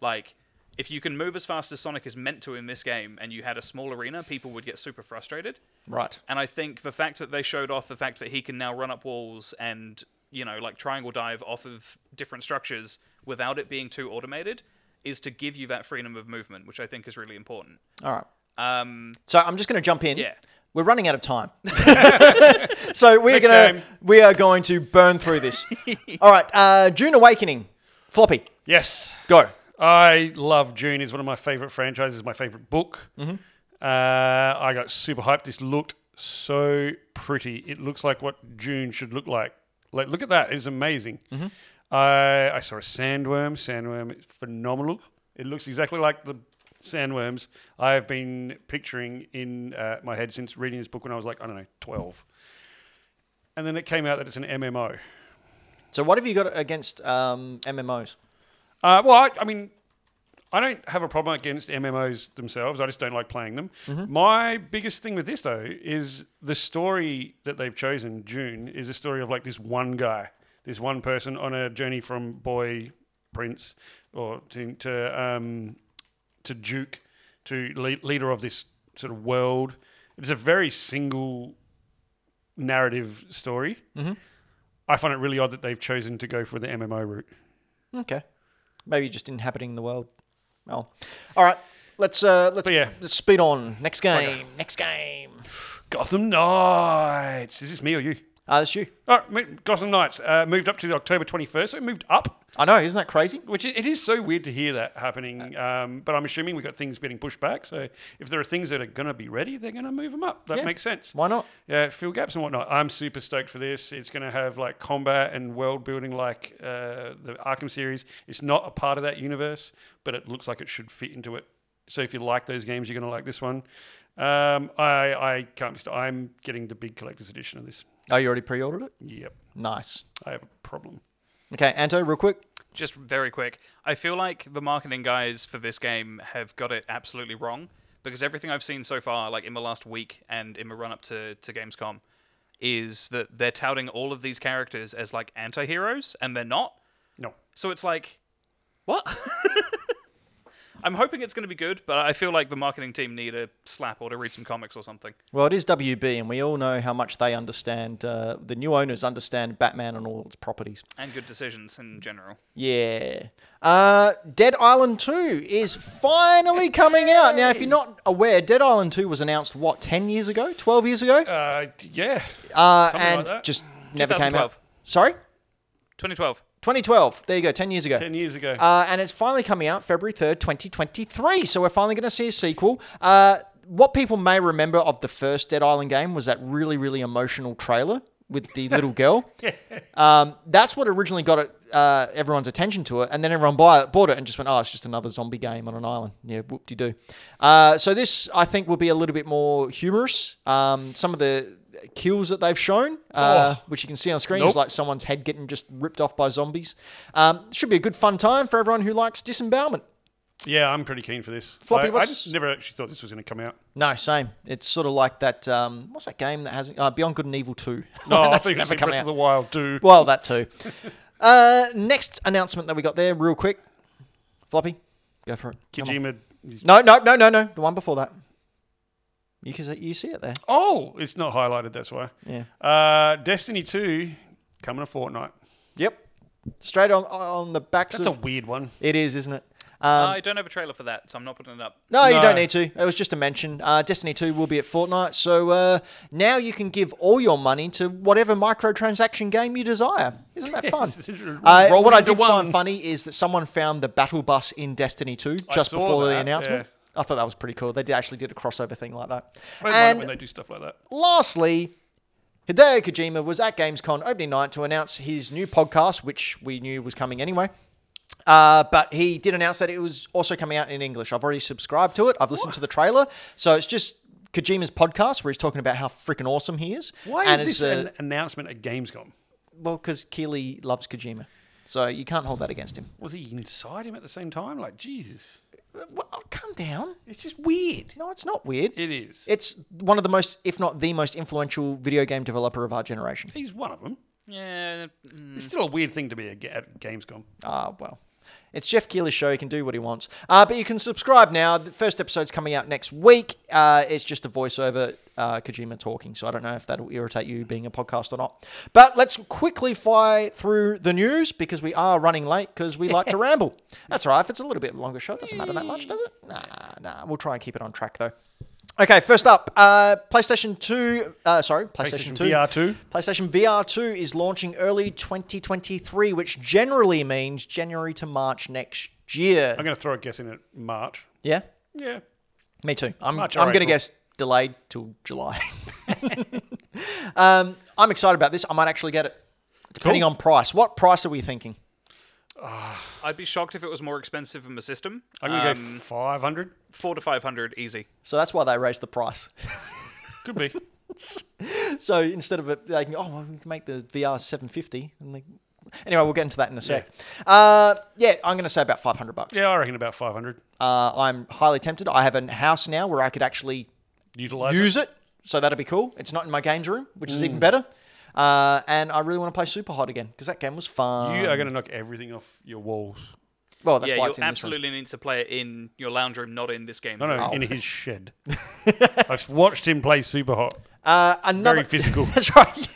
Speaker 3: Like, if you can move as fast as Sonic is meant to in this game and you had a small arena, people would get super frustrated.
Speaker 1: right.
Speaker 3: And I think the fact that they showed off the fact that he can now run up walls and, you know, like triangle dive off of different structures without it being too automated is to give you that freedom of movement, which I think is really important.
Speaker 1: All right.
Speaker 3: Um,
Speaker 1: So I'm just going to jump in.
Speaker 3: Yeah.
Speaker 1: We're running out of time. so we're
Speaker 2: Next
Speaker 1: going to
Speaker 2: game.
Speaker 1: we are going to burn through this. All right. Uh, June Awakening. Floppy.
Speaker 2: yes.
Speaker 1: Go.
Speaker 2: I love June. It's one of my favorite franchises, my favorite book. Uh, I got super hyped. This looked so pretty. It looks like what June should look like. Like, look at that. It's amazing. I, I saw a sandworm. Sandworm is phenomenal. It looks exactly like the sandworms I have been picturing in uh, my head since reading this book when I was like, I don't know, 12. And then it came out that it's an MMO.
Speaker 1: So what have you got against um, MMOs?
Speaker 2: Uh, well, I, I mean, I don't have a problem against MMOs themselves. I just don't like playing them. My biggest thing with this though is the story that they've chosen. June is a story of like this one guy, this one person on a journey from boy prince or to to um, to duke to le- leader of this sort of world. It's a very single narrative story. I find it really odd that they've chosen to go for the MMO route.
Speaker 1: Okay. Maybe just inhabiting the world. Oh. All right. Let's uh, let's,
Speaker 2: But yeah.
Speaker 1: let's speed on. Next game. Next game.
Speaker 2: Gotham Knights. Is this me or you?
Speaker 1: Ah, that's you.
Speaker 2: Oh, mo- Gotham Knights uh, moved up to the October 21st. So it moved up,
Speaker 1: I know. Isn't that crazy?
Speaker 2: which i- it is so weird to hear that happening. Um, but I'm assuming we've got things getting pushed back. So if there are things that are going to be ready, they're going to move them up. That
Speaker 1: Yeah.
Speaker 2: makes sense.
Speaker 1: Why not?
Speaker 2: Yeah, fill gaps and whatnot. I'm super stoked for this. It's going to have like combat and world building like uh, the Arkham series. It's not a part of that universe, but it looks like it should fit into it. So if you like those games, you're going to like this one. Um, I, I can't be st- I'm getting the big collector's edition of this.
Speaker 1: Oh, you already pre-ordered it.
Speaker 2: Yep,
Speaker 1: Nice.
Speaker 2: I have a problem.
Speaker 1: Okay, Anto, real quick.
Speaker 3: just very quick, I feel like the marketing guys for this game have got it absolutely wrong because everything I've seen so far, like in the last week and in the run up to, to Gamescom, is that they're touting all of these characters as like anti heroes and they're not.
Speaker 2: No.
Speaker 3: So it's like, what? I'm hoping it's going to be good, but I feel like the marketing team need a slap or to read some comics or something.
Speaker 1: Well, it is WB, and we all know how much they understand. Uh, the new owners understand Batman and all its properties.
Speaker 3: And good decisions in general.
Speaker 1: Yeah. Uh, Dead Island 2 is finally coming out. Now, if you're not aware, Dead Island 2 was announced, what, 10 years ago? 12 years ago?
Speaker 2: Uh, yeah.
Speaker 1: Uh,
Speaker 2: something like
Speaker 1: and
Speaker 2: that.
Speaker 1: just never came out.
Speaker 3: 2012.
Speaker 1: Sorry?
Speaker 3: 2012.
Speaker 1: 2012. There you go, 10 years ago.
Speaker 2: Ten years ago.
Speaker 1: Uh, and it's finally coming out February 3rd, 2023. So we're finally going to see a sequel. Uh, what people may remember of the first Dead Island game was that really, really emotional trailer with the little girl. um, that's what originally got it, uh, everyone's attention to it. And then everyone buy, bought it and just went, oh, it's just another zombie game on an island. Yeah, whoop de doo. Uh, so this, I think, will be a little bit more humorous. Um, some of the kills that they've shown, uh, which you can see on screen, is
Speaker 2: Nope.
Speaker 1: like like someone's head getting just ripped off by zombies. Um, should be a good fun time for everyone who likes disembowelment.
Speaker 2: yeah, I'm pretty keen for this.
Speaker 1: Floppy,
Speaker 2: I, I
Speaker 1: what's-
Speaker 2: never actually thought this was going to come out.
Speaker 1: No, same. It's sort of like that. Um, what's that game that hasn't uh, Beyond Good and Evil Two?
Speaker 2: No, Oh, I
Speaker 1: That's
Speaker 2: think it's
Speaker 1: never
Speaker 2: like
Speaker 1: come
Speaker 2: Breath
Speaker 1: out.
Speaker 2: of the Wild. Do
Speaker 1: well, that too. Uh, next announcement that we got there, real quick. Floppy, go for it. Come on.
Speaker 2: Kojima.
Speaker 1: No, no, no, no, no. The one before that. You can you see it there.
Speaker 2: Oh, it's not highlighted. That's why.
Speaker 1: Yeah.
Speaker 2: Uh, Destiny Two coming a fortnight.
Speaker 1: Yep. Straight on on the backs
Speaker 2: That's a
Speaker 1: of
Speaker 2: weird one.
Speaker 1: it is, isn't it? Um,
Speaker 3: I don't have a trailer for that, so I'm not putting it up.
Speaker 1: No, you don't
Speaker 2: No.
Speaker 1: need to. It was just a mention. Uh, Destiny 2 will be at Fortnite, so uh, now you can give all your money to whatever microtransaction game you desire. Isn't that fun? Uh,
Speaker 2: Rolled
Speaker 1: what I
Speaker 2: into
Speaker 1: did
Speaker 2: one.
Speaker 1: find funny is that someone found the battle bus in Destiny 2 just
Speaker 2: saw
Speaker 1: before the
Speaker 2: that,
Speaker 1: announcement. I thought that was pretty cool. They did, actually did a crossover thing like that.
Speaker 2: I don't mind
Speaker 1: and
Speaker 2: when they do stuff like that.
Speaker 1: lastly, Hideo Kojima was at Gamescon opening night to announce his new podcast, which we knew was coming anyway. Uh, but he did announce that it was also coming out in English. I've already subscribed to it. I've listened to the trailer, so it's just Kojima's podcast where he's talking about how freaking awesome he is.
Speaker 2: Why
Speaker 1: and
Speaker 2: is
Speaker 1: it's,
Speaker 2: this
Speaker 1: uh,
Speaker 2: an announcement at Gamescom?
Speaker 1: well, because Keely loves Kojima, so you can't hold that against him.
Speaker 2: Was he inside him at the same time? Like Jesus,
Speaker 1: Uh, Well, oh, calm down.
Speaker 2: it's just weird.
Speaker 1: No, it's not weird.
Speaker 2: It is.
Speaker 1: It's one of the most, if not the most, influential video game developer of our generation.
Speaker 2: He's one of them.
Speaker 3: Yeah. mm.
Speaker 2: It's still a weird thing to be at, at Gamescom.
Speaker 1: Ah, well. It's Jeff Keeler's show. He can do what he wants. Uh, but you can subscribe now. The first episode's coming out next week. Uh, it's just a voiceover uh, Kojima talking. So I don't know if that'll irritate you being a podcast or not. But let's quickly fly through the news because we are running late because we like to ramble. That's all right. If it's a little bit longer show, it doesn't matter that much, does it? Nah, nah. We'll try and keep it on track, though. Okay, first up, uh, PlayStation 2. Uh, sorry, PlayStation,
Speaker 2: PlayStation
Speaker 1: 2.
Speaker 2: VR 2.
Speaker 1: PlayStation VR 2 is launching early 2023, which generally means January to March next year.
Speaker 2: I'm going to throw a guess in at March.
Speaker 1: Yeah,
Speaker 2: Yeah.
Speaker 1: me too. I'm,
Speaker 2: March or
Speaker 1: I'm going to
Speaker 2: April.
Speaker 1: guess delayed till July. um, I'm excited about this. I might actually get it, depending on price. What price are we thinking?
Speaker 3: I'd be shocked if it was more expensive than the system.
Speaker 2: I'm going to
Speaker 3: Um,
Speaker 2: go 500.
Speaker 3: four to five hundred easy.
Speaker 1: So that's why they raised the price.
Speaker 2: Could be.
Speaker 1: so instead of it, they can, oh, well, we can make the VR 750. And they, anyway, we'll get into that in a sec. Yeah, uh, yeah I'm going to say about 500 bucks.
Speaker 2: yeah, I reckon about 500.
Speaker 1: Uh, I'm highly tempted. I have a house now where I could actually
Speaker 2: Utilize it.
Speaker 1: use it. So that'd be cool. It's not in my games room, which is
Speaker 2: Mm.
Speaker 1: even better. Uh, and I really want to play Super Hot again because that game was fun.
Speaker 2: You are going to knock everything off your walls.
Speaker 1: well, that's
Speaker 3: yeah,
Speaker 1: why
Speaker 3: you
Speaker 1: it's in this room.
Speaker 3: absolutely need to play it in your lounge room, not in this game.
Speaker 2: No, no,
Speaker 1: Oh.
Speaker 2: in his shed. I've watched him play super hot.
Speaker 1: Uh, another,
Speaker 2: Very physical.
Speaker 1: that's right.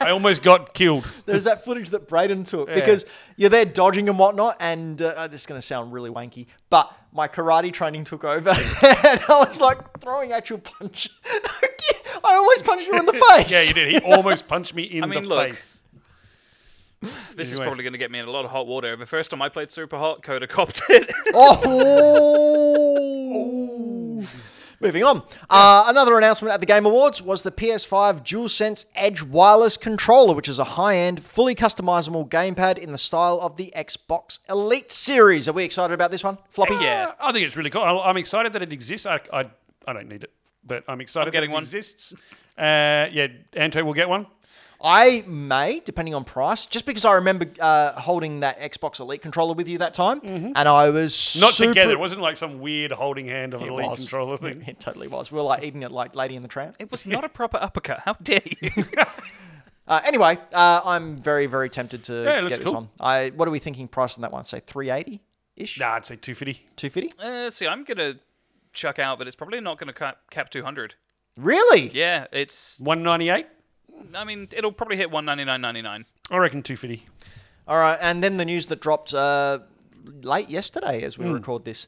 Speaker 2: I almost got killed.
Speaker 1: There's that footage that Braden took because you're there dodging and whatnot, and uh, oh, this is going to sound really wanky, but my karate training took over, and I was like throwing actual punch. I almost punched you in the face.
Speaker 2: Yeah, you did. He almost punched me in
Speaker 3: I mean,
Speaker 2: the
Speaker 3: look.
Speaker 2: face.
Speaker 3: This is
Speaker 2: Anyway.
Speaker 3: probably going to get me in a lot of hot water. The first time I played Super Hot, Coda copped it.
Speaker 1: Oh. Moving on. Uh, another announcement at the Game Awards was the PS5 DualSense Edge Wireless Controller, which is a high end, fully customizable gamepad in the style of the Xbox Elite series. Are we excited about this one? Floppy?
Speaker 3: yeah.
Speaker 2: Uh, I think it's really cool. I- I'm excited that it exists. I, I, I don't need it, but I'm excited
Speaker 3: getting
Speaker 2: that it
Speaker 3: one.
Speaker 2: exists. Uh, yeah, Anto will get one.
Speaker 1: I may, depending on price, just because I remember uh, holding that Xbox Elite controller with you that time, and I was
Speaker 2: Not
Speaker 1: super-
Speaker 2: together. It wasn't like some weird holding hand of an
Speaker 1: It
Speaker 2: elite
Speaker 1: was.
Speaker 2: controller thing.
Speaker 1: It totally was. We were like eating it like Lady in the Tramp.
Speaker 3: It was not a proper uppercut. How dare you?
Speaker 1: Uh, anyway, uh, I'm very, very tempted to
Speaker 2: Yeah, it looks
Speaker 1: get this
Speaker 2: cool.
Speaker 1: one. I what are we thinking price on that one? Say 380. ish?
Speaker 2: Nah, I'd say 250.
Speaker 1: 250?
Speaker 3: Uh, see, I'm gonna chuck out, but it's probably not gonna cap, cap 200.
Speaker 1: Really?
Speaker 3: Yeah, it's.
Speaker 2: 198.
Speaker 3: I mean, it'll probably hit 199.99.
Speaker 2: I reckon 250.
Speaker 1: All right, and then the news that dropped uh, late yesterday as
Speaker 2: Hmm.
Speaker 1: we record this.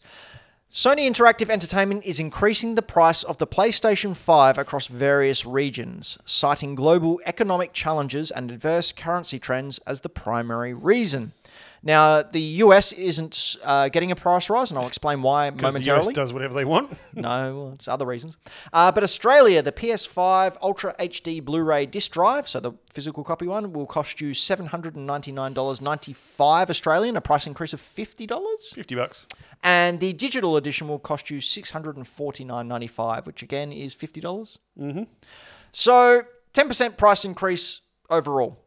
Speaker 1: Sony Interactive Entertainment is increasing the price of the PlayStation 5 across various regions, citing global economic challenges and adverse currency trends as the primary reason. Now, the US isn't uh, getting a price rise, and I'll explain why
Speaker 2: Because the US
Speaker 1: momentarily.
Speaker 2: does whatever they want.
Speaker 1: No, well, it's other reasons. Uh, but Australia, the PS5 Ultra HD Blu-ray disc drive, so the physical copy one, will cost you seven hundred and ninety-nine dollars ninety-five Australian, a price increase of fifty dollars,
Speaker 2: 50 bucks.
Speaker 1: and the digital edition will cost you six hundred and forty-nine ninety-five, which again is fifty dollars. Mm-hmm. So ten percent price increase overall.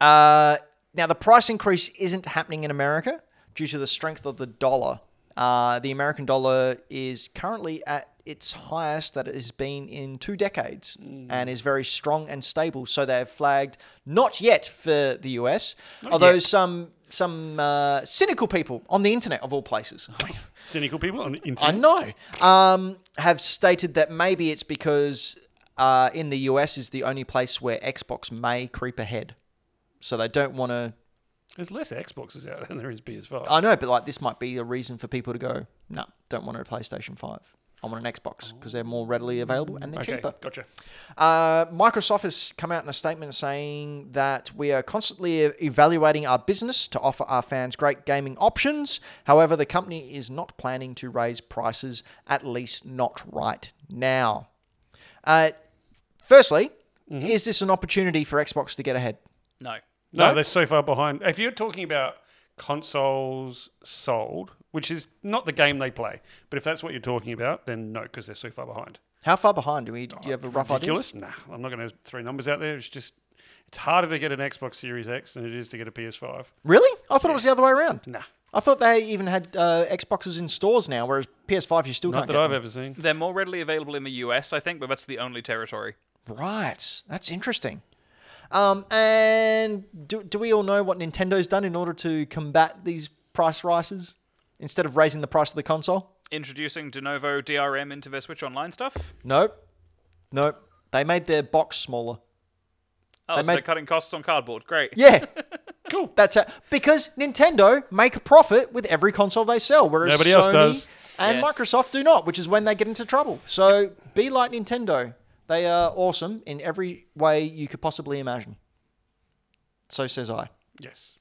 Speaker 1: Uh, now, the price increase isn't happening in America due to the strength of the dollar. Uh, the American dollar is currently at its highest that it has been in two decades and is very strong and stable. So they have flagged not yet for the US, although some some uh, cynical people on the internet of all places.
Speaker 2: Cynical people on the
Speaker 1: I
Speaker 2: internet.
Speaker 1: know. Um, have stated that maybe it's because uh, in the US is the only place where Xbox may creep ahead, so they don't want to.
Speaker 2: There's less Xboxes out than there is PS5.
Speaker 1: I know, but like this might be a reason for people to go, no, don't want a PlayStation Five. I want an Xbox because they're more readily available and they're
Speaker 2: okay,
Speaker 1: cheaper.
Speaker 2: gotcha.
Speaker 1: Uh, Microsoft has come out in a statement saying that we are constantly e- evaluating our business to offer our fans great gaming options. However, the company is not planning to raise prices, at least not right now. Uh, firstly,
Speaker 2: Mm-hmm.
Speaker 1: is this an opportunity for Xbox to get ahead?
Speaker 3: No.
Speaker 2: No,
Speaker 1: No?
Speaker 2: they're so far behind. If you're talking about consoles sold, which is not the game they play, but if that's what you're talking about, then no, because they're so far behind.
Speaker 1: How far behind do we? Do you have a rough idea?
Speaker 2: Ridiculous? Nah, I'm not going to throw numbers out there. It's just it's harder to get an Xbox Series X than it is to get a PS5.
Speaker 1: Really? I thought it was the other way around.
Speaker 2: Nah,
Speaker 1: I thought they even had uh, Xboxes in stores now, whereas PS5 you still
Speaker 2: not
Speaker 1: can't
Speaker 2: that
Speaker 1: get
Speaker 2: I've
Speaker 1: them.
Speaker 2: ever seen.
Speaker 3: They're more readily available in the US, I think, but that's the only territory.
Speaker 1: Right. That's interesting. Um, and do, do we all know what Nintendo's done in order to combat these price rises? Instead of raising the price of the console?
Speaker 3: Introducing de novo DRM into their Switch Online stuff.
Speaker 1: Nope. Nope. They made their box smaller.
Speaker 3: Oh,
Speaker 1: They
Speaker 3: so
Speaker 1: made-
Speaker 3: they're cutting costs on cardboard. Great.
Speaker 1: Yeah.
Speaker 2: Cool.
Speaker 1: That's it. Because Nintendo make a profit with every console they sell, whereas
Speaker 2: Nobody
Speaker 1: Sony
Speaker 2: else does.
Speaker 1: and
Speaker 3: Yeah.
Speaker 1: Microsoft do not, which is when they get into trouble. So be like Nintendo. They are awesome in every way you could possibly imagine. So says I.
Speaker 2: Yes.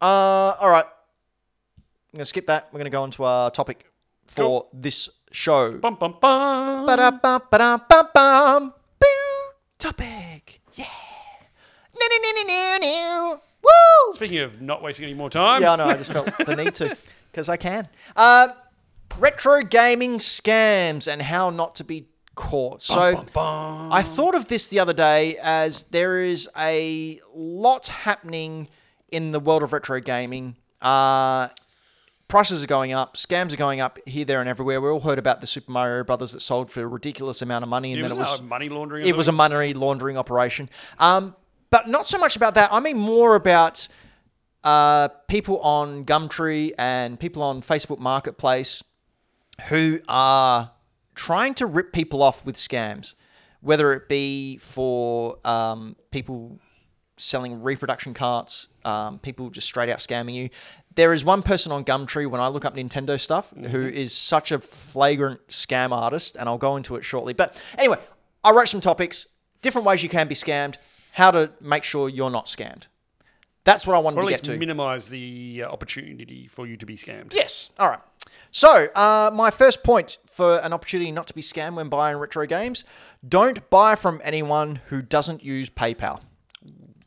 Speaker 1: Uh, all right. I'm going to skip that. We're going to go on to our topic for this show.
Speaker 2: Bum bum bum.
Speaker 1: Ba-da-bum, ba-da-bum-bum. Boo! Topic. Yeah. No-no-no-no-no-no. Woo!
Speaker 2: Speaking of not wasting any more time,
Speaker 1: Yeah, I know. I just felt the need to because I can. Uh, retro gaming scams and how not to be caught. So
Speaker 2: bum.
Speaker 1: I thought of this the other day as there is a lot happening in the world of retro gaming. Uh, prices are going up, scams are going up here, there, and everywhere. We all heard about the Super Mario Brothers that sold for a ridiculous amount of money, and
Speaker 2: it was,
Speaker 1: then it was
Speaker 2: no, money laundering. or
Speaker 1: it was a
Speaker 2: something.
Speaker 1: money laundering operation. Um, but not so much about that. I mean more about uh, people on Gumtree and people on Facebook Marketplace who are trying to rip people off with scams, whether it be for um, people selling reproduction carts, um, people just straight out scamming you. There is one person on Gumtree when I look up Nintendo stuff
Speaker 2: Mm-hmm.
Speaker 1: who is such a flagrant scam artist, and I'll go into it shortly. But anyway, I wrote some topics, different ways you can be scammed, how to make sure you're not scammed. That's what I wanted
Speaker 2: or at
Speaker 1: to get
Speaker 2: least
Speaker 1: to.
Speaker 2: minimise the uh, opportunity for you to be scammed.
Speaker 1: Yes. All right. So, uh, my first point for an opportunity not to be scammed when buying retro games don't buy from anyone who doesn't use PayPal.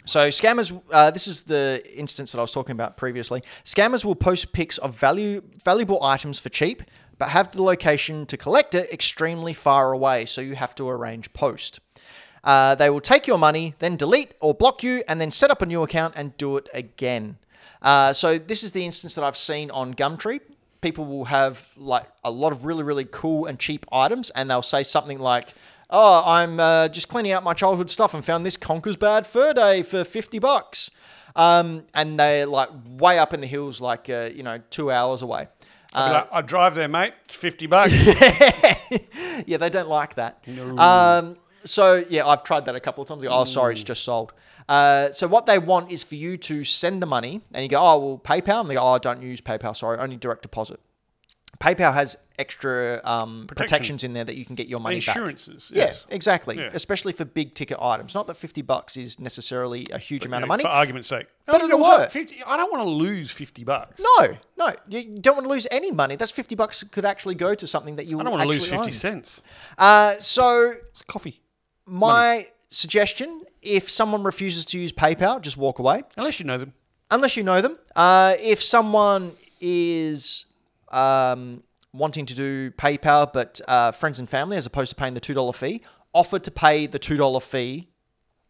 Speaker 1: So, scammers, uh, this is the instance that I was talking about previously. Scammers will post pics of value, valuable items for cheap, but have the location to collect it extremely far away, so you have to arrange post. Uh, they will take your money, then delete or block you, and then set up a new account and do it again. Uh, so this is the instance that I've seen on Gumtree. People will have like a lot of really really cool and cheap items, and they'll say something like, "Oh, I'm uh, just cleaning out my childhood stuff and found this Conker's Bad Fur Day for fifty bucks." Um, and they're like way up in the hills, like uh, you know, two hours away. Uh,
Speaker 2: I'd be like, I drive there, mate. It's fifty bucks.
Speaker 1: yeah, they don't like that. Um, so yeah, I've tried that a couple of times. They go, Oh, sorry,
Speaker 2: Mm.
Speaker 1: it's just sold. Uh, so what they want is for you to send the money, and you go, oh, well, PayPal, and they go, oh, I don't use PayPal, sorry, only direct deposit. PayPal has extra um, protections in there that you can get your money back.
Speaker 2: Insurances.
Speaker 1: Yeah,
Speaker 2: yes.
Speaker 1: exactly.
Speaker 2: Yeah.
Speaker 1: Especially for big ticket items. Not that fifty bucks is necessarily a huge amount of
Speaker 2: Yeah,
Speaker 1: money.
Speaker 2: for argument's sake.
Speaker 1: But
Speaker 2: you
Speaker 1: it'll
Speaker 2: know what?
Speaker 1: work.
Speaker 2: 50, I don't want to lose fifty bucks.
Speaker 1: No, no, you you don't want to lose any money. That's fifty bucks could actually go to something that you.
Speaker 2: I don't want to lose
Speaker 1: actually
Speaker 2: fifty
Speaker 1: own.
Speaker 2: cents.
Speaker 1: Uh, so
Speaker 2: It's coffee.
Speaker 1: my suggestion: if someone refuses to use PayPal, just walk away,
Speaker 2: Unless you know them.
Speaker 1: unless you know them. Uh, if someone is um, wanting to do PayPal, but uh, friends and family, as opposed to paying the two dollar fee, offer to pay the two dollar fee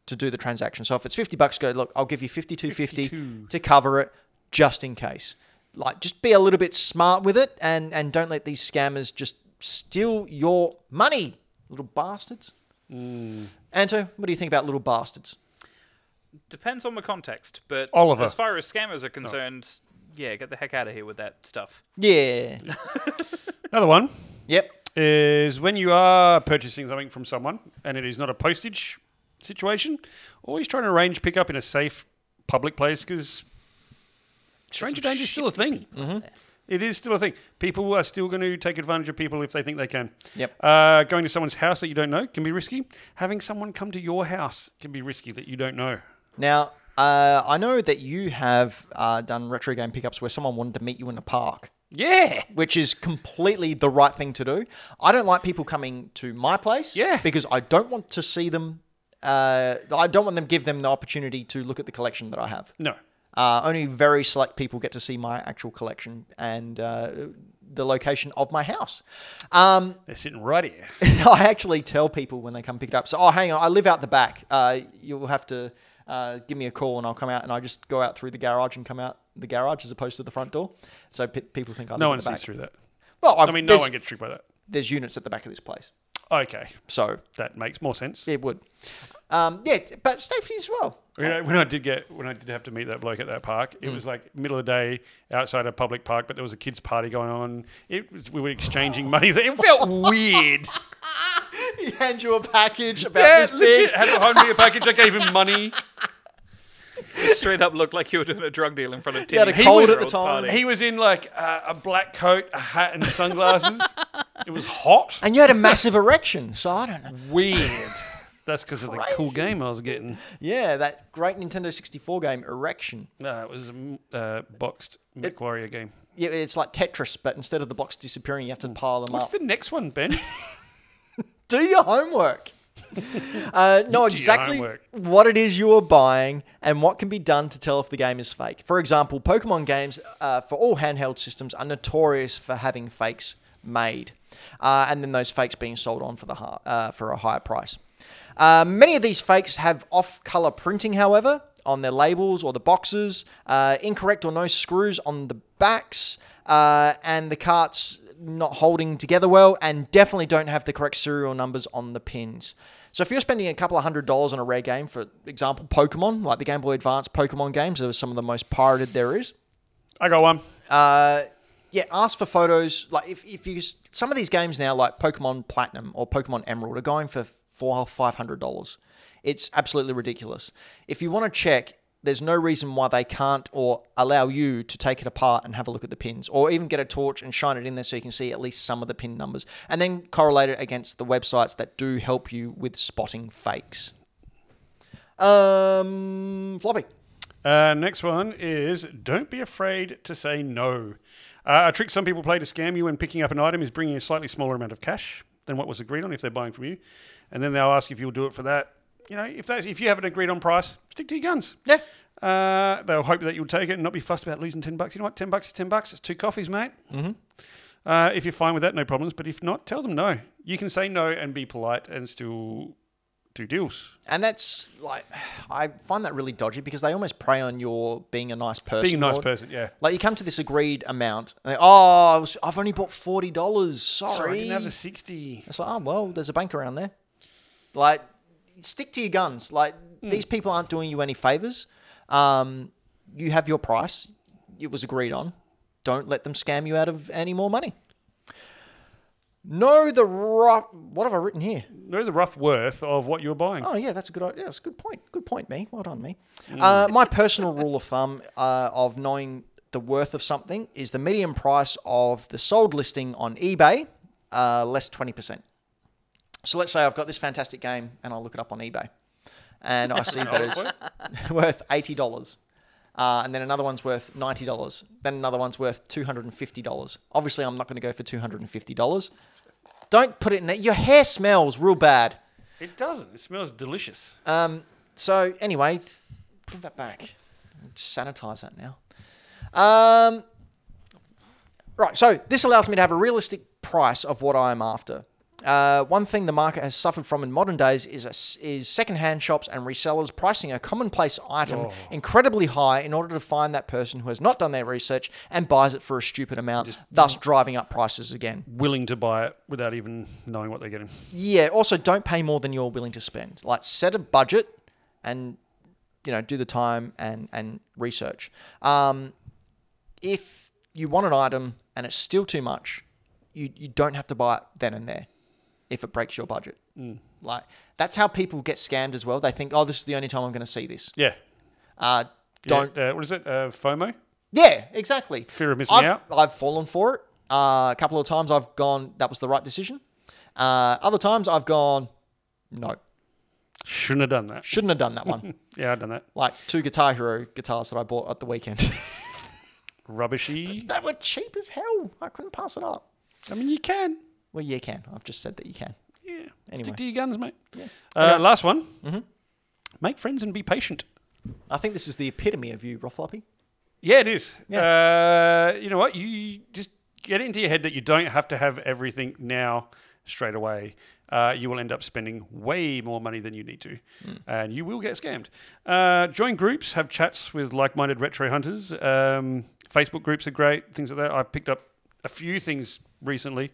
Speaker 1: to do the transaction. So if it's fifty bucks, go look. I'll give you fifty two fifty
Speaker 2: 52.
Speaker 1: to cover it, just in case. Like, just be a little bit smart with it, and and don't let these scammers just steal your money, little bastards. Anto, what do you think about little bastards?
Speaker 3: Depends on the context, but
Speaker 2: Oliver.
Speaker 3: as far as scammers are concerned, yeah, get the heck out of here with that stuff.
Speaker 1: Yeah.
Speaker 2: Another one
Speaker 1: yep.
Speaker 2: is when you are purchasing something from someone and it is not a postage situation. Always trying to arrange pickup in a safe public place because stranger danger is still a thing.
Speaker 1: Mm-hmm.
Speaker 2: It is still a thing. People are still going to take advantage of people if they think they can.
Speaker 1: Yep.
Speaker 2: Uh, going to someone's house that you don't know can be risky. Having someone come to your house can be risky that you don't know.
Speaker 1: Now, uh, I know that you have uh, done retro game pickups where someone wanted to meet you in the park,
Speaker 2: Yeah.
Speaker 1: which is completely the right thing to do. I don't like people coming to my place,
Speaker 2: Yeah.
Speaker 1: because I don't want to see them. Uh, I don't want them give them the opportunity to look at the collection that I have.
Speaker 2: No.
Speaker 1: Uh, only very select people get to see my actual collection and uh, the location of my house. Um,
Speaker 2: They're sitting right here.
Speaker 1: I actually tell people when they come pick it up. So, oh, hang on, I live out the back. Uh, you'll have to uh, give me a call, and I'll come out. And I just go out through the garage and come out the garage as opposed to the front door. So pe- people think I live
Speaker 2: No
Speaker 1: at
Speaker 2: one
Speaker 1: the back.
Speaker 2: sees through that.
Speaker 1: Well, I've,
Speaker 2: I mean, no
Speaker 1: there's,
Speaker 2: one gets tricked by that.
Speaker 1: there's units at the back of this place,
Speaker 2: Okay.
Speaker 1: so
Speaker 2: That makes more sense.
Speaker 1: it would. Um, yeah, t- but safety as well.
Speaker 2: You know, when I did get when I did have to meet that bloke at that park,
Speaker 1: Mm.
Speaker 2: it was like middle of the day outside a public park, but there was a kids' party going on. It was, we were exchanging money. It felt weird.
Speaker 1: he hands you a package about
Speaker 2: yeah,
Speaker 1: this
Speaker 2: legit.
Speaker 1: big.
Speaker 2: Had behind me a package. I gave him money.
Speaker 3: It straight up looked like you were doing a drug deal in front of
Speaker 1: had a
Speaker 3: Timmy.
Speaker 1: cold
Speaker 2: at the
Speaker 1: time.
Speaker 2: He was in like uh, a black coat, a hat, and sunglasses. it was hot.
Speaker 1: And you had a massive erection, so I don't know.
Speaker 2: Weird. That's because of the cool
Speaker 1: Crazy.
Speaker 2: game I was getting.
Speaker 1: Yeah, that great Nintendo 64 game, Erection.
Speaker 2: No, it was a m- uh, boxed MechWarrior Warrior game.
Speaker 1: Yeah, it's like Tetris, but instead of the blocks disappearing, you have to pile them
Speaker 2: What's
Speaker 1: up.
Speaker 2: the next one, Ben?
Speaker 1: do your homework. Uh, know exactly
Speaker 2: homework.
Speaker 1: what it is you are buying and what can be done to tell if the game is fake. For example, Pokemon games uh, for all handheld systems are notorious for having fakes made, uh, and then those fakes being sold on for the hi- uh, for a higher price. Uh, many of these fakes have off-color printing, however, on their labels or the boxes, uh, incorrect or no screws on the backs, uh, and the carts not holding together well and definitely don't have the correct serial numbers on the pins. So if you're spending a couple of hundred dollars on a rare game, for example, Pokemon, like the Game Boy Advance Pokemon games, those are some of the most pirated there is.
Speaker 2: I got one.
Speaker 1: Uh, yeah, ask for photos. Like if, if you some of these games now, like Pokemon Platinum or Pokemon Emerald, are going for four or five hundred dollars. It's absolutely ridiculous. If you want to check, there's no reason why they can't or allow you to take it apart and have a look at the pins, or even get a torch and shine it in there so you can see at least some of the pin numbers, and then correlate it against the websites that do help you with spotting fakes. Um, floppy.
Speaker 2: Uh, next one is don't be afraid to say no. Uh, a trick some people play to scam you when picking up an item is bringing a slightly smaller amount of cash than what was agreed on if they're buying from you, and then they'll ask if you'll do it for that. You know, if that's if you haven't agreed on price, stick to your guns.
Speaker 1: Yeah.
Speaker 2: Uh, they'll hope that you'll take it and not be fussed about losing ten bucks. You know what? Ten bucks is ten bucks. It's two coffees, mate. Mm-hmm. Uh, if you're fine with that, no problems. But if not, tell them no. You can say no and be polite and still do deals.
Speaker 1: And that's like, I find that really dodgy because they almost prey on your being a nice person.
Speaker 2: Being a nice
Speaker 1: or-
Speaker 2: person, yeah.
Speaker 1: Like you come to this agreed amount, and they, oh, I was, I've only bought forty dollars. Sorry,
Speaker 2: Sorry, I didn't have the sixty.
Speaker 1: it's like, oh well, there's a bank around there.
Speaker 2: Hmm.
Speaker 1: Like, stick to your guns. Like these people aren't doing you any favors. Um, you have your price. It was agreed on. Don't let them scam you out of any more money. Know the rough. What have I written here?
Speaker 2: Know the rough worth of what you were buying.
Speaker 1: Oh yeah, that's a good. Yeah, that's a good point. Good point, me. Well done, me. Uh, my personal rule of thumb uh, of knowing the worth of something is the median price of the sold listing on eBay uh, less twenty percent. So let's say I've got this fantastic game and I look it up on eBay, and I see that it's worth eighty dollars. Uh, and then another one's worth ninety dollars. Then another one's worth two hundred and fifty dollars. Obviously, I'm not going to go for two hundred and fifty dollars. Don't put it in there. Your hair smells real bad.
Speaker 2: It doesn't. It smells delicious.
Speaker 1: Um, so anyway, put that back. Sanitize that now. Um, right. So this allows me to have a realistic price of what I'm after. Uh, one thing the market has suffered from in modern days is a s is secondhand shops and resellers pricing a commonplace item incredibly high in order to find that person who has not done their research and buys it for a stupid amount, thus driving up prices again.
Speaker 2: Willing to buy it without even knowing what they're getting.
Speaker 1: Yeah. Also, don't pay more than you're willing to spend. Like, set a budget, and you know, do the time and and research. Um, if you want an item and it's still too much, you you don't have to buy it then and there. If it breaks your budget, like that's how people get scammed as well. They think, oh, this is the only time I'm going to see this.
Speaker 2: Yeah.
Speaker 1: Uh,
Speaker 2: Yeah,
Speaker 1: don't.
Speaker 2: Uh, what is it? Uh, FOMO?
Speaker 1: Yeah, exactly.
Speaker 2: Fear of missing
Speaker 1: I've,
Speaker 2: out.
Speaker 1: I've fallen for it. Uh, a couple of times I've gone, that was the right decision. Uh, other times I've gone, no,
Speaker 2: Shouldn't have done that.
Speaker 1: shouldn't have done that one.
Speaker 2: Yeah, I've done that.
Speaker 1: like two Guitar Hero guitars that I bought at the weekend.
Speaker 2: Rubbishy.
Speaker 1: they were cheap as hell. I couldn't pass it up.
Speaker 2: I mean, you can.
Speaker 1: Well, you can. I've just said that you can.
Speaker 2: Yeah.
Speaker 1: Anyway.
Speaker 2: Stick to your guns, mate. Uh, Last one. Make friends and be patient.
Speaker 1: I think this is the epitome of you, Rothloppy.
Speaker 2: Yeah, it is. Uh, you know what? You just get it into your head that you don't have to have everything now straight away. Uh, you will end up spending way more money than you need to, and you will get scammed. Uh, join groups, have chats with like-minded retro hunters. Um, Facebook groups are great. Things like that. I picked up a few things recently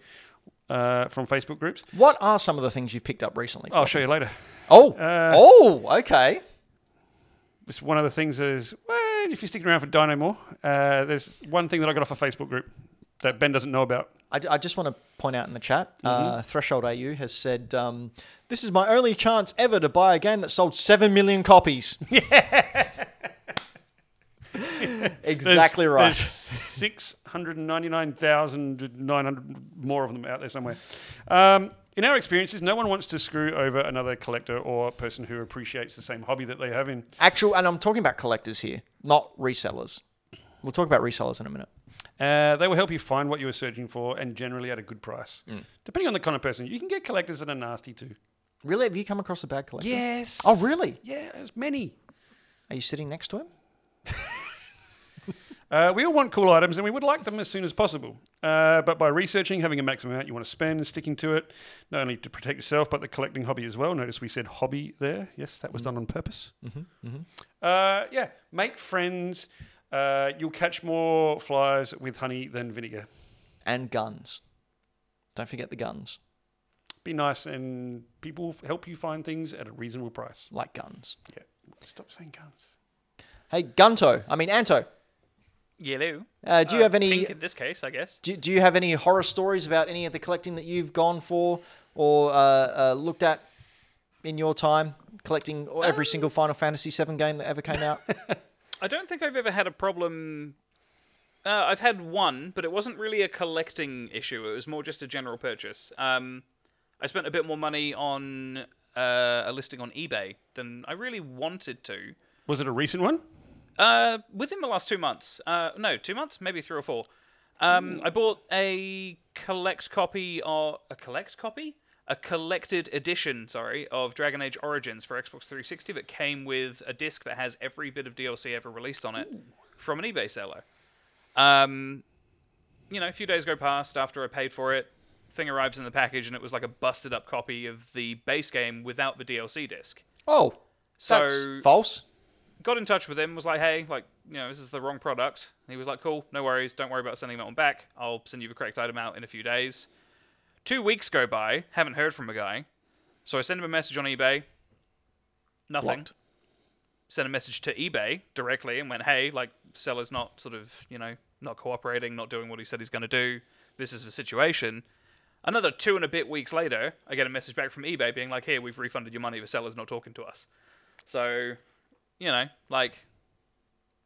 Speaker 2: uh, from Facebook groups.
Speaker 1: What are some of the things you've picked up recently?
Speaker 2: I'll show you later.
Speaker 1: Oh,
Speaker 2: Uh,
Speaker 1: oh, okay.
Speaker 2: It's one of the things is well, if you're sticking around for Dino more, uh, there's one thing that I got off a Facebook group that Ben doesn't know about.
Speaker 1: I, I just want to point out in the chat, uh, Threshold AU has said, um, "This is my only chance ever to buy a game that sold seven million copies." Yeah, exactly
Speaker 2: There's-
Speaker 1: right.
Speaker 2: There's 699,900 more of them out there somewhere. Um, in our experiences, no one wants to screw over another collector or person who appreciates the same hobby that they have in.
Speaker 1: Actual, and I'm talking about collectors here, not resellers. We'll talk about resellers in a minute.
Speaker 2: Uh, they will help you find what you are searching for and generally at a good price.
Speaker 1: Mm.
Speaker 2: Depending on the kind of person, you can get collectors that are nasty too.
Speaker 1: Really, have you come across a bad collector?
Speaker 2: Yes.
Speaker 1: Oh, really?
Speaker 2: Yeah, there's many.
Speaker 1: Are you sitting next to him?
Speaker 2: Uh, we all want cool items and we would like them as soon as possible. Uh, but by researching, having a maximum amount you want to spend and sticking to it, not only to protect yourself, but the collecting hobby as well. Notice we said hobby there. Yes, that was done on purpose. Mm-hmm, Uh, yeah, make friends. Uh, you'll catch more flies with honey than vinegar.
Speaker 1: And guns. Don't forget the guns.
Speaker 2: Be nice and people f- help you find things at a reasonable price.
Speaker 1: Like guns.
Speaker 2: Yeah. Stop saying guns.
Speaker 1: Hey, Gunto. I mean, Anto.
Speaker 3: Yellow.
Speaker 1: Uh,
Speaker 3: Oh,
Speaker 1: do you have any?
Speaker 3: Pink in this case, I guess.
Speaker 1: Do, do you have any horror stories about any of the collecting that you've gone for or uh, uh, looked at in your time collecting every single Final Fantasy VII game that ever came out?
Speaker 3: I don't think I've ever had a problem. Uh, I've had one, but it wasn't really a collecting issue. It was more just a general purchase. Um, I spent a bit more money on uh, a listing on eBay than I really wanted to.
Speaker 2: Was it a recent one?
Speaker 3: Uh, within the last two months, uh, no, two months, maybe three or four. Um, I bought a collect copy or a collect copy, a collected edition, sorry, of Dragon Age Origins for Xbox 360 that came with a disc that has every bit of DLC ever released on it from an eBay seller. Um, you know, a few days go past after I paid for it. Thing arrives in the package and it was like a busted up copy of the base game without the DLC disc
Speaker 1: Oh, that's
Speaker 3: So-
Speaker 1: false.
Speaker 3: got in touch with him, was like, hey, like, you know, this is the wrong product. And he was like, cool, no worries, don't worry about sending that one back. I'll send you the correct item out in a few days. Two weeks go by, haven't heard from a guy. So I send him a message on eBay. Nothing.
Speaker 1: Blocked.
Speaker 3: sent a message to eBay directly and went, "Hey, like seller's not sort of you know not cooperating, not doing what he said he's going to do. This is the situation." Another two and a bit weeks later, I get a message back from eBay being like, "Here, we've refunded your money. The seller's not talking to us." So, you know, like,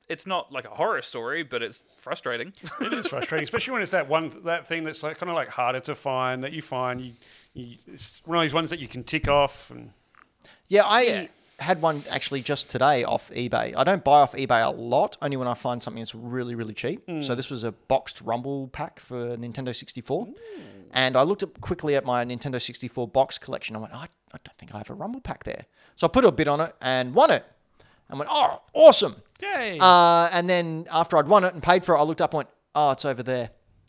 Speaker 3: it's not like a horror story, but it's frustrating.
Speaker 2: it is frustrating, especially when it's that one that thing that's like kind of like harder to find that you find you, you it's one of those ones that you can tick off and
Speaker 1: Yeah, I
Speaker 3: Yeah.
Speaker 1: had one actually just today off eBay. I don't buy off eBay a lot, only when I find something that's really, really cheap. So this was a boxed Rumble pack for Nintendo 64. And I looked up quickly at my Nintendo 64 box collection. I went, I, I don't think I have a Rumble pack there. So I put a bid on it and won it. And went, oh, awesome.
Speaker 2: yay.
Speaker 1: Uh, and then after I'd won it and paid for it, I looked up and went, oh, it's over there.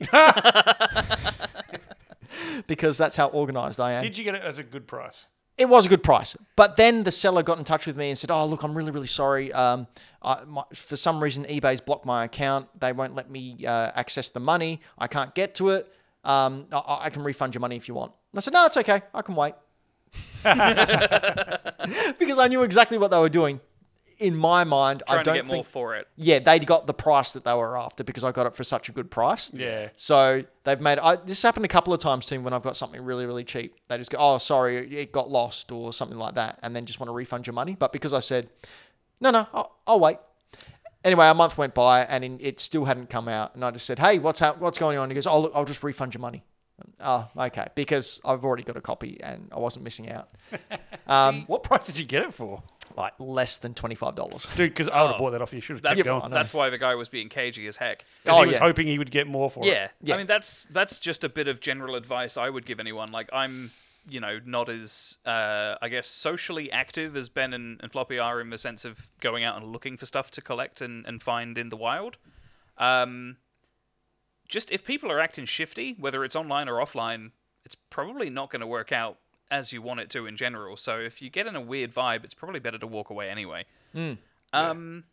Speaker 1: because that's how organized I am.
Speaker 2: Did you get it as a good price?
Speaker 1: It was a good price, but then the seller got in touch with me and said, "Oh, look, I'm really, really sorry. Um, I, my, for some reason, eBay's blocked my account. They won't let me uh, access the money. I can't get to it. Um, I- I, I can refund your money if you want." And I said, "No, it's okay. I can wait," because I knew exactly what they were doing. In my mind, I
Speaker 3: Trying to
Speaker 1: don't
Speaker 3: get more
Speaker 1: think.
Speaker 3: for it.
Speaker 1: yeah, they'd got the price that they were after because I got it for such a good price.
Speaker 2: Yeah.
Speaker 1: So they've made I, this happened a couple of times to me when I've got something really really cheap. They just go, "Oh, sorry, it got lost" or something like that, and then just want to refund your money. But because I said, "No, no, I'll, I'll wait." Anyway, a month went by and in, it still hadn't come out, and I just said, "Hey, what's hap- what's going on?" And he goes, "Oh, look, I'll just refund your money." Oh, okay, because I've already got a copy and I wasn't missing out. Um,
Speaker 2: What price did you get it for,
Speaker 1: like less than twenty five dollars.
Speaker 2: dude? Because I would have
Speaker 3: Oh.
Speaker 2: bought that off you. You Should have
Speaker 3: That's,
Speaker 2: kept
Speaker 1: I
Speaker 2: going.
Speaker 1: know.
Speaker 3: that's why the guy was being cagey as heck.
Speaker 2: 'Cause
Speaker 1: Oh,
Speaker 2: he was
Speaker 1: yeah.
Speaker 2: hoping he would get more for
Speaker 3: Yeah.
Speaker 2: it.
Speaker 1: Yeah.
Speaker 3: I mean that's that's just a bit of general advice I would give anyone. Like I'm you know, not as uh, I guess socially active as Ben and, and Floppy are in the sense of going out and looking for stuff to collect and, and find in the wild. Um, just if people are acting shifty, whether it's online or offline, it's probably not going to work out as you want it to in general. So if you get in a weird vibe, it's probably better to walk away anyway. Um,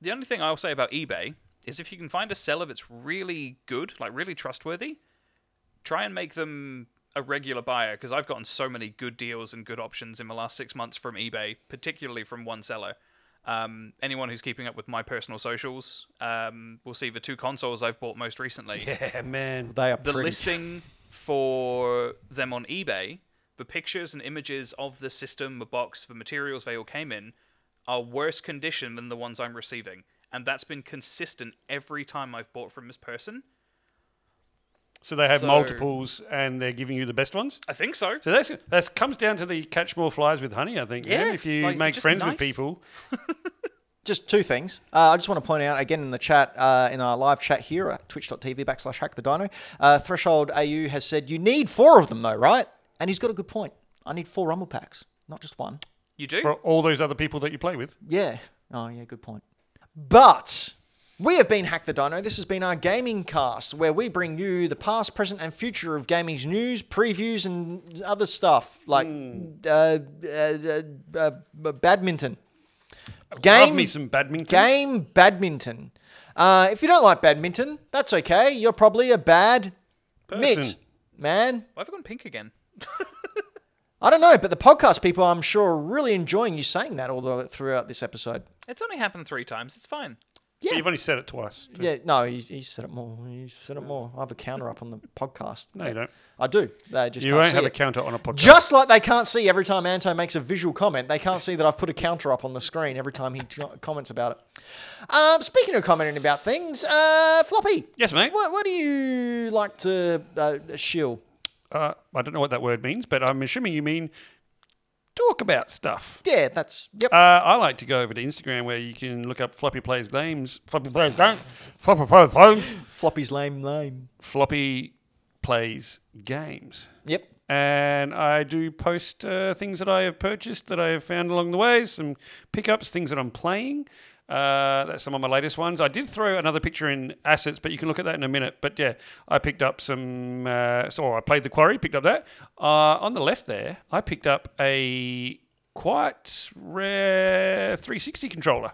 Speaker 3: the only thing I'll say about eBay is if you can find a seller that's really good, like really trustworthy, try and make them a regular buyer because I've gotten so many good deals and good options in the last six months from eBay, particularly from one seller. Um, anyone who's keeping up with my personal socials um, will see the two consoles I've bought most recently
Speaker 2: Yeah, man.
Speaker 1: They are
Speaker 3: the
Speaker 1: pretty-
Speaker 3: listing for them on eBay, the pictures and images of the system, the box, the materials they all came in, are worse condition than the ones I'm receiving. And that's been consistent every time I've bought from this person.
Speaker 2: So they have
Speaker 3: So-
Speaker 2: multiples, and they're giving you the best ones.
Speaker 3: I think so.
Speaker 2: So that's that comes down to the catch more flies with honey. I think. man.
Speaker 3: Yeah,
Speaker 2: If you
Speaker 3: like, if you're
Speaker 2: make
Speaker 3: just
Speaker 2: friends with
Speaker 3: nice.
Speaker 2: people,
Speaker 1: just two things. Uh, I just want to point out again in the chat, uh, in our live chat here at twitch.tv backslash hack the dino, uh, Threshold AU has said, you need four of them though, right? And he's got a good point. I need four rumble packs, not just one.
Speaker 3: You do?
Speaker 2: for all those other people that you play with.
Speaker 1: Yeah. Oh, yeah, good point. But we have been Hack the Dino. This has been our gaming cast where we bring you the past, present, and future of gaming's news, previews, and other stuff like
Speaker 2: Hmm.
Speaker 1: uh, uh, uh, uh, badminton.
Speaker 2: Love me some badminton.
Speaker 1: Game badminton. Uh, if you don't like badminton, that's okay. You're probably a bad mitt,
Speaker 2: Person.
Speaker 1: man.
Speaker 3: Why have I gone pink again?
Speaker 1: I don't know, but the podcast people, I'm sure, are really enjoying you saying that all the, throughout this episode.
Speaker 3: It's only happened three times. It's fine.
Speaker 2: But You've only said it twice.
Speaker 1: Yeah, no, you, you said it more. You said it more. I have a counter up on the podcast.
Speaker 2: No, you don't.
Speaker 1: I do. They just
Speaker 2: You
Speaker 1: can't
Speaker 2: won't
Speaker 1: see
Speaker 2: have a
Speaker 1: it.
Speaker 2: counter on a podcast.
Speaker 1: Just like they can't see every time Anto makes a visual comment, they can't see that I've put a counter up on the screen every time he t- comments about it. Um, speaking of commenting about things, uh, Floppy.
Speaker 2: Yes, mate.
Speaker 1: What, what do you like to uh, shill?
Speaker 2: Uh, I don't know what that word means, but I'm assuming you mean talk about stuff.
Speaker 1: Yeah, that's yep.
Speaker 2: Uh, I like to go over to Instagram where you can look up Floppy Plays Games. Floppy Plays Games. Floppy Plays Games.
Speaker 1: Floppy's lame lame.
Speaker 2: Floppy Plays Games.
Speaker 1: Yep.
Speaker 2: And I do post uh, things that I have purchased that I have found along the way, some pickups, things that I'm playing. Uh, that's some of my latest ones. I did throw another picture in assets, but you can look at that in a minute. But yeah, I picked up some. Uh, so I played the quarry, picked up that. Uh, on the left there, I picked up a quite rare 360 controller.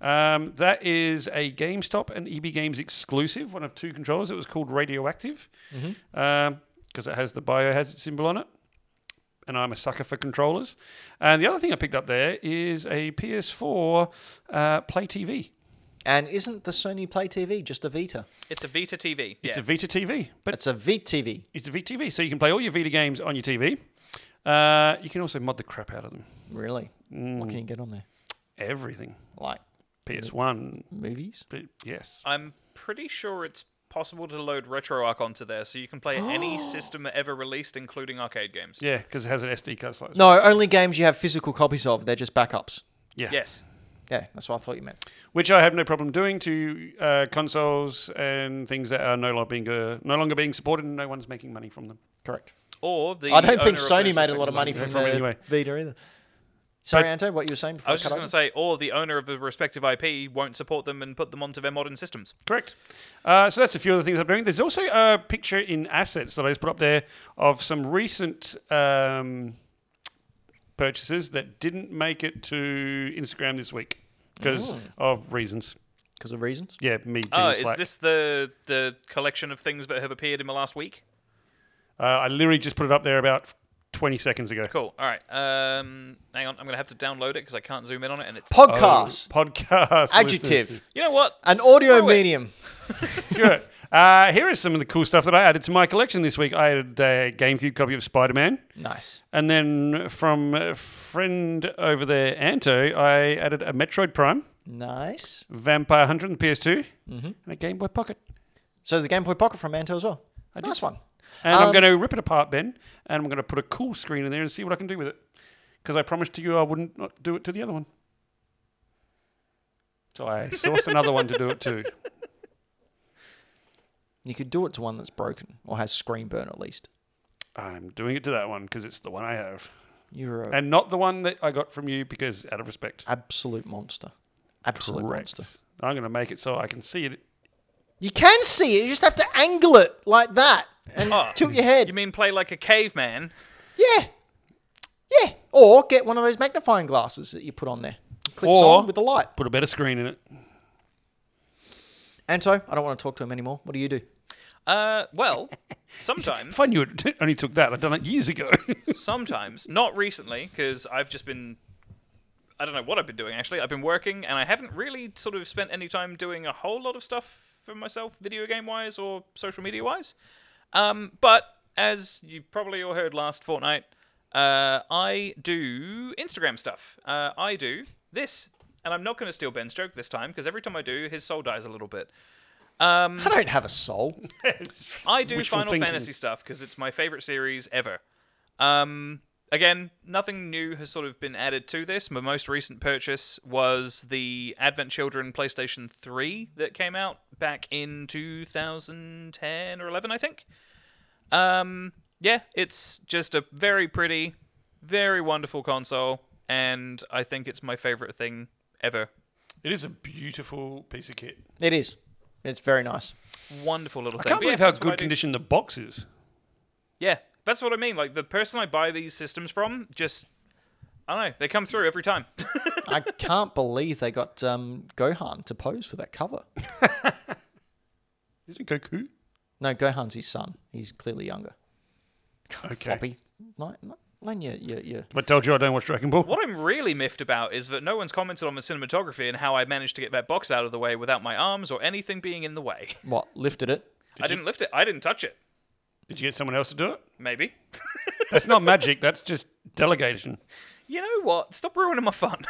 Speaker 2: Um, that is a GameStop and EB Games exclusive, one of two controllers.
Speaker 1: Mm-hmm.
Speaker 2: Um, It was called Radioactive because it has the biohazard symbol on it. and I'm a sucker for controllers. And the other thing I picked up there is a PS4 uh, Play TV.
Speaker 1: And isn't the Sony Play TV just a Vita?
Speaker 3: It's a Vita TV.
Speaker 2: It's
Speaker 3: yeah.
Speaker 2: a Vita TV, but
Speaker 1: It's a VTV.
Speaker 2: it's a VTV, so you can play all your Vita games on your TV. Uh, you can also mod the crap out of them.
Speaker 1: Really?
Speaker 3: Mm.
Speaker 1: What can you get on there?
Speaker 2: Everything.
Speaker 1: Like
Speaker 2: PS1.
Speaker 1: movies?
Speaker 2: but Yes.
Speaker 3: I'm pretty sure it's possible to load RetroArch onto there, so you can play any system ever released, including arcade games.
Speaker 2: Yeah, because it has an SD card slot.
Speaker 1: No, only games you have physical copies of. They're just backups.
Speaker 2: Yeah.
Speaker 3: Yes.
Speaker 1: Yeah, that's what I thought you meant.
Speaker 2: Which I have no problem doing to uh, consoles and things that are no longer being, uh, no longer being supported and no one's making money from them.
Speaker 1: Correct.
Speaker 3: Or the
Speaker 1: I don't
Speaker 3: owner
Speaker 1: think
Speaker 3: of
Speaker 1: Sony
Speaker 3: those
Speaker 1: made a lot of money
Speaker 2: Yeah,
Speaker 1: from,
Speaker 2: from
Speaker 1: the
Speaker 2: anyway.
Speaker 1: Vita either. Sorry,
Speaker 2: But-
Speaker 1: Anto, what you were saying before
Speaker 3: I was
Speaker 1: cut
Speaker 3: just going
Speaker 1: over?
Speaker 3: to say, or the owner of the respective IP won't support them and put them onto their modern systems.
Speaker 2: Correct. Uh, so that's a few of the things I'm doing. There's also a picture in assets that I just put up there of some recent um, purchases that didn't make it to Instagram this week because
Speaker 1: Mm.
Speaker 2: of reasons.
Speaker 1: Because of reasons.
Speaker 2: Yeah, me being
Speaker 3: Oh, is
Speaker 2: slack.
Speaker 3: this the the collection of things that have appeared in the last week?
Speaker 2: uh, I literally just put it up there about 20 seconds ago.
Speaker 3: Cool. All right. Um, hang on. I'm gonna have to download it because I can't zoom in on it, and it's.
Speaker 2: Oh,
Speaker 1: Podcast.
Speaker 2: podcast.
Speaker 1: adjective.
Speaker 3: you know what?
Speaker 1: An audio
Speaker 3: Screw it.
Speaker 1: medium.
Speaker 2: sure. Uh, here is some of the cool stuff that I added to my collection this week. I added a GameCube copy of Spider Man.
Speaker 1: Nice.
Speaker 2: And then from a friend over there, Anto, I added a Metroid Prime,
Speaker 1: Nice. Mm-hmm.
Speaker 2: Vampire Hunter on the PS2, and a Game Boy Pocket.
Speaker 1: So the Game Boy Pocket from Anto as well.
Speaker 2: did.
Speaker 1: Nice one.
Speaker 2: And I'm
Speaker 1: Um,
Speaker 2: going to rip it apart, Ben, and I'm going to put a cool screen in there and see what I can do with it. Because I promised to you I wouldn't not do it to the other one. So I sourced another one to do it to.
Speaker 1: You could do it to one that's broken or has screen burn at least.
Speaker 2: I'm doing it to that one because it's the one I have.
Speaker 1: You're a
Speaker 2: And not the one that I got from you because out of respect.
Speaker 1: absolute monster. Absolute
Speaker 2: Correct.
Speaker 1: monster.
Speaker 2: I'm going to make it so I can see it.
Speaker 1: You can see it. You just have to angle it like that and
Speaker 3: Oh,
Speaker 1: tilt your head.
Speaker 3: You mean play like a caveman?
Speaker 1: yeah. Yeah. Or get one of those magnifying glasses that you put on there. Clips
Speaker 2: Or-
Speaker 1: on with the light.
Speaker 2: Put a better screen in it.
Speaker 1: Anto, I don't want to talk to him anymore. What do you do?
Speaker 3: Uh, well, sometimes.
Speaker 2: If I knew it only took that, I'd done it years ago.
Speaker 3: sometimes, not recently, because I've just been. I don't know what I've been doing actually. I've been working, and I haven't really sort of spent any time doing a whole lot of stuff for myself, video game wise or social media wise. Um, but as you probably all heard last fortnight, uh, I do Instagram stuff. Uh, I do this, and I'm not going to steal Ben's joke this time because every time I do, his soul dies a little bit.
Speaker 2: Mm.
Speaker 1: I don't have a soul.
Speaker 3: I do
Speaker 2: Wishful
Speaker 3: Final
Speaker 2: thinking.
Speaker 3: Fantasy stuff because it's my favorite series ever. Um, again, nothing new has sort of been added to this. My most recent purchase was the Advent Children PlayStation 3 that came out back in 2010 or 11, I think. Um, yeah, it's just a very pretty, very wonderful console, and I think it's my favorite thing ever.
Speaker 2: it is a beautiful piece of kit.
Speaker 1: It is. It's very nice.
Speaker 3: Wonderful little
Speaker 2: I
Speaker 3: thing.
Speaker 2: can't
Speaker 3: But yeah,
Speaker 2: believe how
Speaker 3: that's what I
Speaker 2: good
Speaker 3: do.
Speaker 2: condition the box is.
Speaker 3: Yeah, that's what I mean. Like the person I buy these systems from, just I don't know, they come through every time.
Speaker 1: I can't believe they got um, Gohan to pose for that cover.
Speaker 2: Is it Goku?
Speaker 1: No, Gohan's his son. He's clearly younger.
Speaker 2: Okay.
Speaker 1: Floppy. Like, like your, your, your
Speaker 2: If I told you I don't watch Dragon Ball,
Speaker 3: what I'm really miffed about is that no one's commented on the cinematography and how I managed to get that box out of the way without my arms or anything being in the way.
Speaker 1: what lifted it.
Speaker 3: I didn't lift it. I didn't touch it.
Speaker 2: did you get someone else to do it?
Speaker 3: Maybe.
Speaker 2: That's not magic. That's just delegation.
Speaker 3: You know what? Stop ruining my fun.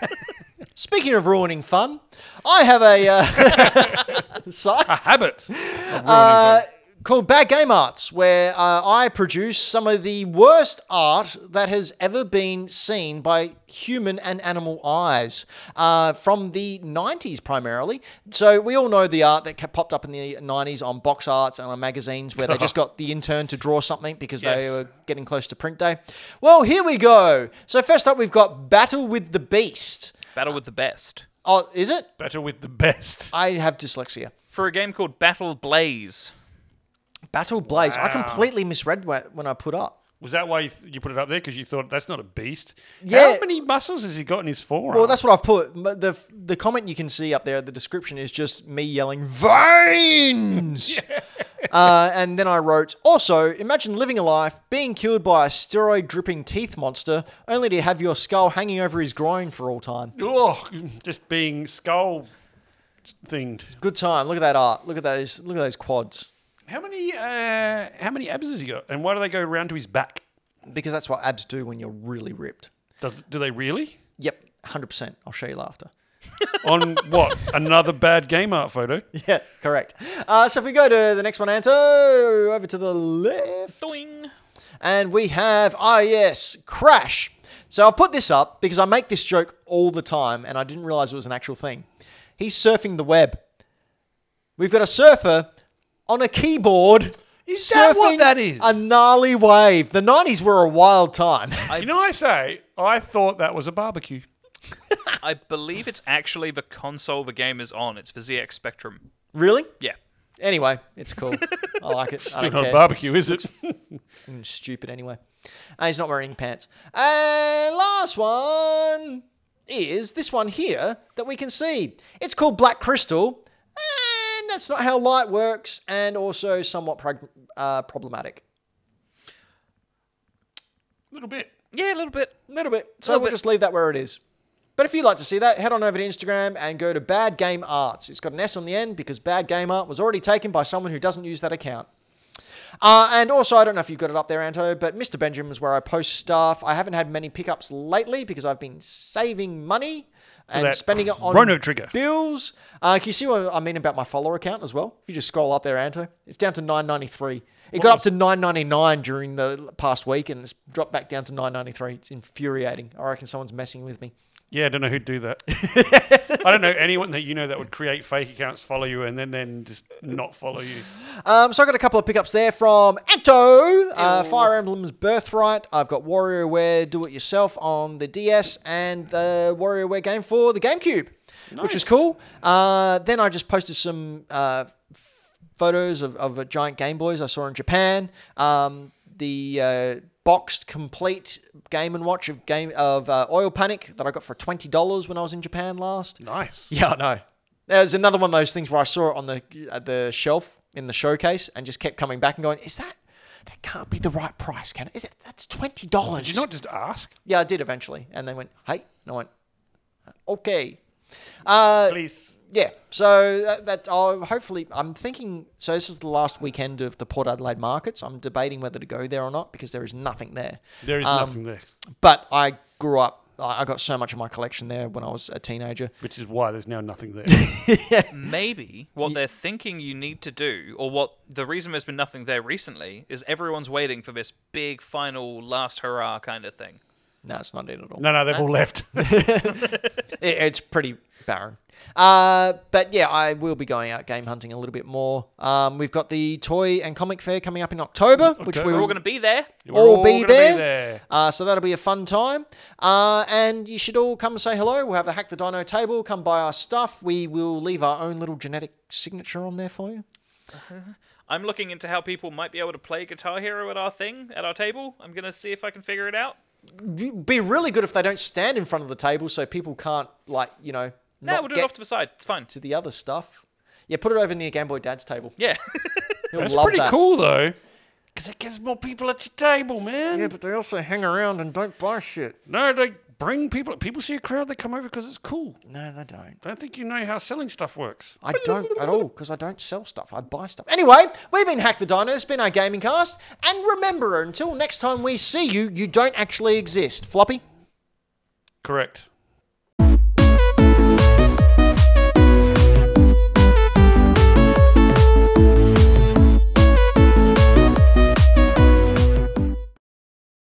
Speaker 1: Speaking of ruining fun, I have a uh, site
Speaker 2: A habit. Of ruining
Speaker 1: uh,
Speaker 2: fun.
Speaker 1: called Bad Game Arts, where uh, I produce some of the worst art that has ever been seen by human and animal eyes uh, from the 90s primarily. So we all know the art that ca- popped up in the 90s on box arts and on magazines where they just got the intern to draw something because they
Speaker 2: Yes.
Speaker 1: were getting close to print day. Well, here we go. So first up, we've got Battle with the Beast.
Speaker 3: Battle with the best.
Speaker 1: Oh, is it?
Speaker 2: Better with the best.
Speaker 1: I have dyslexia.
Speaker 3: For a game called Battle Blaze.
Speaker 1: Battle Blaze. I
Speaker 2: Wow.
Speaker 1: completely misread wh- when I put up.
Speaker 2: Was that why you, th- you put it up there? Because you thought that's not a beast.
Speaker 1: Yeah.
Speaker 2: How many muscles has he got in his forearm?
Speaker 1: Well, that's what I've put. M- The the comment you can see up there, the description is just me yelling veins. Uh, and then I wrote, also, imagine living a life being killed by a steroid dripping teeth monster, only to have your skull hanging over his groin for all time.
Speaker 2: Oh, just being skull thinged.
Speaker 1: Good time. Look at that art. Look at those. Look at those quads.
Speaker 2: How many uh, how many abs has he got? And why do they go round to his back?
Speaker 1: Because that's what abs do when you're really ripped.
Speaker 2: Does, do they really?
Speaker 1: Yep, hundred percent. I'll show you after.
Speaker 2: On what? Another bad game art photo.
Speaker 1: Yeah, correct. Uh, so if we go to the next one, Anto, over to the left,
Speaker 3: Doing.
Speaker 1: and we have ah yes, Crash. So I've put this up because I make this joke all the time, and I didn't realize it was an actual thing. He's surfing the web. We've got a surfer on a keyboard. Is
Speaker 2: that what that is?
Speaker 1: A gnarly wave. The 90s were a wild time.
Speaker 2: you know, I say I thought that was a barbecue.
Speaker 3: I believe it's actually the console the game is on. It's the ZX Spectrum.
Speaker 1: really?
Speaker 3: Yeah.
Speaker 1: Anyway, it's cool. I like it. I
Speaker 2: Still
Speaker 1: don't
Speaker 2: not a
Speaker 1: care.
Speaker 2: barbecue, is it?
Speaker 1: Mm, stupid anyway. And he's not wearing pants. And last one is this one here that we can see. It's called Black Crystal, and that's not how light works, and also somewhat prog- uh, problematic.
Speaker 2: little bit.
Speaker 3: Yeah, a little bit.
Speaker 1: A little bit. So
Speaker 3: Little
Speaker 1: we'll
Speaker 3: bit.
Speaker 1: just leave that where it is. But if you'd like to see that, head on over to Instagram and go to Bad Game Arts. It's got an S on the end because Bad Game Art was already taken by someone who doesn't use that account. Uh, and also, I don't know if you've got it up there, Anto, but Mr. Benjamin is where I post stuff. I haven't had many pickups lately because I've been saving money and
Speaker 2: that
Speaker 1: spending it on
Speaker 2: chrono trigger.
Speaker 1: bills. Uh, can you see what I mean about my follower account as well? If you just scroll up there, Anto, it's down to 993. It got up to 999 during the past week and it's dropped back down to 993. It's infuriating. I reckon someone's messing with me.
Speaker 2: Yeah, I don't know who'd do that. I don't know anyone that you know that would create fake accounts, follow you, and then then just not follow you.
Speaker 1: Um, so I got a couple of pickups there from Anto, uh, Fire Emblem's Birthright. I've got WarioWare Do It Yourself on the DS and the WarioWare game for the GameCube, which was
Speaker 2: Nice.
Speaker 1: cool. Uh, then I just posted some uh, f- photos of, of a giant Game Boys I saw in Japan. Um, the uh, boxed complete game and watch of game of uh, Oil Panic that I got for twenty dollars when I was in Japan last.
Speaker 2: Nice.
Speaker 1: Yeah, I know. There's another one of those things where I saw it on the uh, the shelf in the showcase and just kept coming back and going, "Is that that can't be the right price, can it? Is it that's twenty dollars?"
Speaker 2: Did you not just ask?
Speaker 1: Yeah, I did eventually, and they went, "Hey," and I went, "Okay." Uh,
Speaker 2: Please.
Speaker 1: yeah, so that, that I'll hopefully I'm thinking. So this is the last weekend of the Port Adelaide markets. I'm debating whether to go there or not because there is nothing there.
Speaker 2: There is
Speaker 1: Um,
Speaker 2: nothing there,
Speaker 1: But I grew up. I I got so much of my collection there when I was a teenager.
Speaker 2: which is why there's now nothing there.
Speaker 3: Maybe what they're thinking you need to do, or what the reason there's been nothing there recently, is everyone's waiting for this big final last hurrah kind of thing.
Speaker 1: No, it's not it at all.
Speaker 2: no, no, they've all left.
Speaker 1: It- it's pretty barren. Uh, but yeah, I will be going out game hunting a little bit more. Um, we've got the toy and comic fair coming up in October, which we
Speaker 2: October.
Speaker 3: We're all
Speaker 1: will
Speaker 3: going to be there.
Speaker 2: We're
Speaker 1: all,
Speaker 2: all
Speaker 1: be,
Speaker 2: gonna be
Speaker 1: there.
Speaker 2: there.
Speaker 1: Uh, so that'll be a fun time. Uh, and you should all come say hello. We'll have the Hack the Dino table. Come buy our stuff. We will leave our own little genetic signature on there for you.
Speaker 3: I'm looking into how people might be able to play Guitar Hero at our thing, at our table. I'm going to see if I can figure it out.
Speaker 1: It'd be really good if they don't stand in front of the table so people can't, like, you know,
Speaker 3: No,
Speaker 1: not
Speaker 3: we'll do
Speaker 1: get
Speaker 3: it off to the side. It's fine.
Speaker 1: to the other stuff. Yeah, put it over near Game Boy Dad's table.
Speaker 3: Yeah.
Speaker 1: He'll
Speaker 2: That's
Speaker 1: love
Speaker 2: pretty
Speaker 1: that.
Speaker 2: cool though, because it gets more people at your table, man.
Speaker 1: Yeah, but they also hang around and don't buy shit.
Speaker 2: No, they bring people. People see a crowd, they come over because it's cool.
Speaker 1: No, they don't.
Speaker 2: I don't think you know how selling stuff works.
Speaker 1: I don't at all because I don't sell stuff. I buy stuff. Anyway, we've been Hack the Dino. It's been our gaming cast. And remember, until next time we see you, you don't actually exist. Floppy?
Speaker 2: Correct.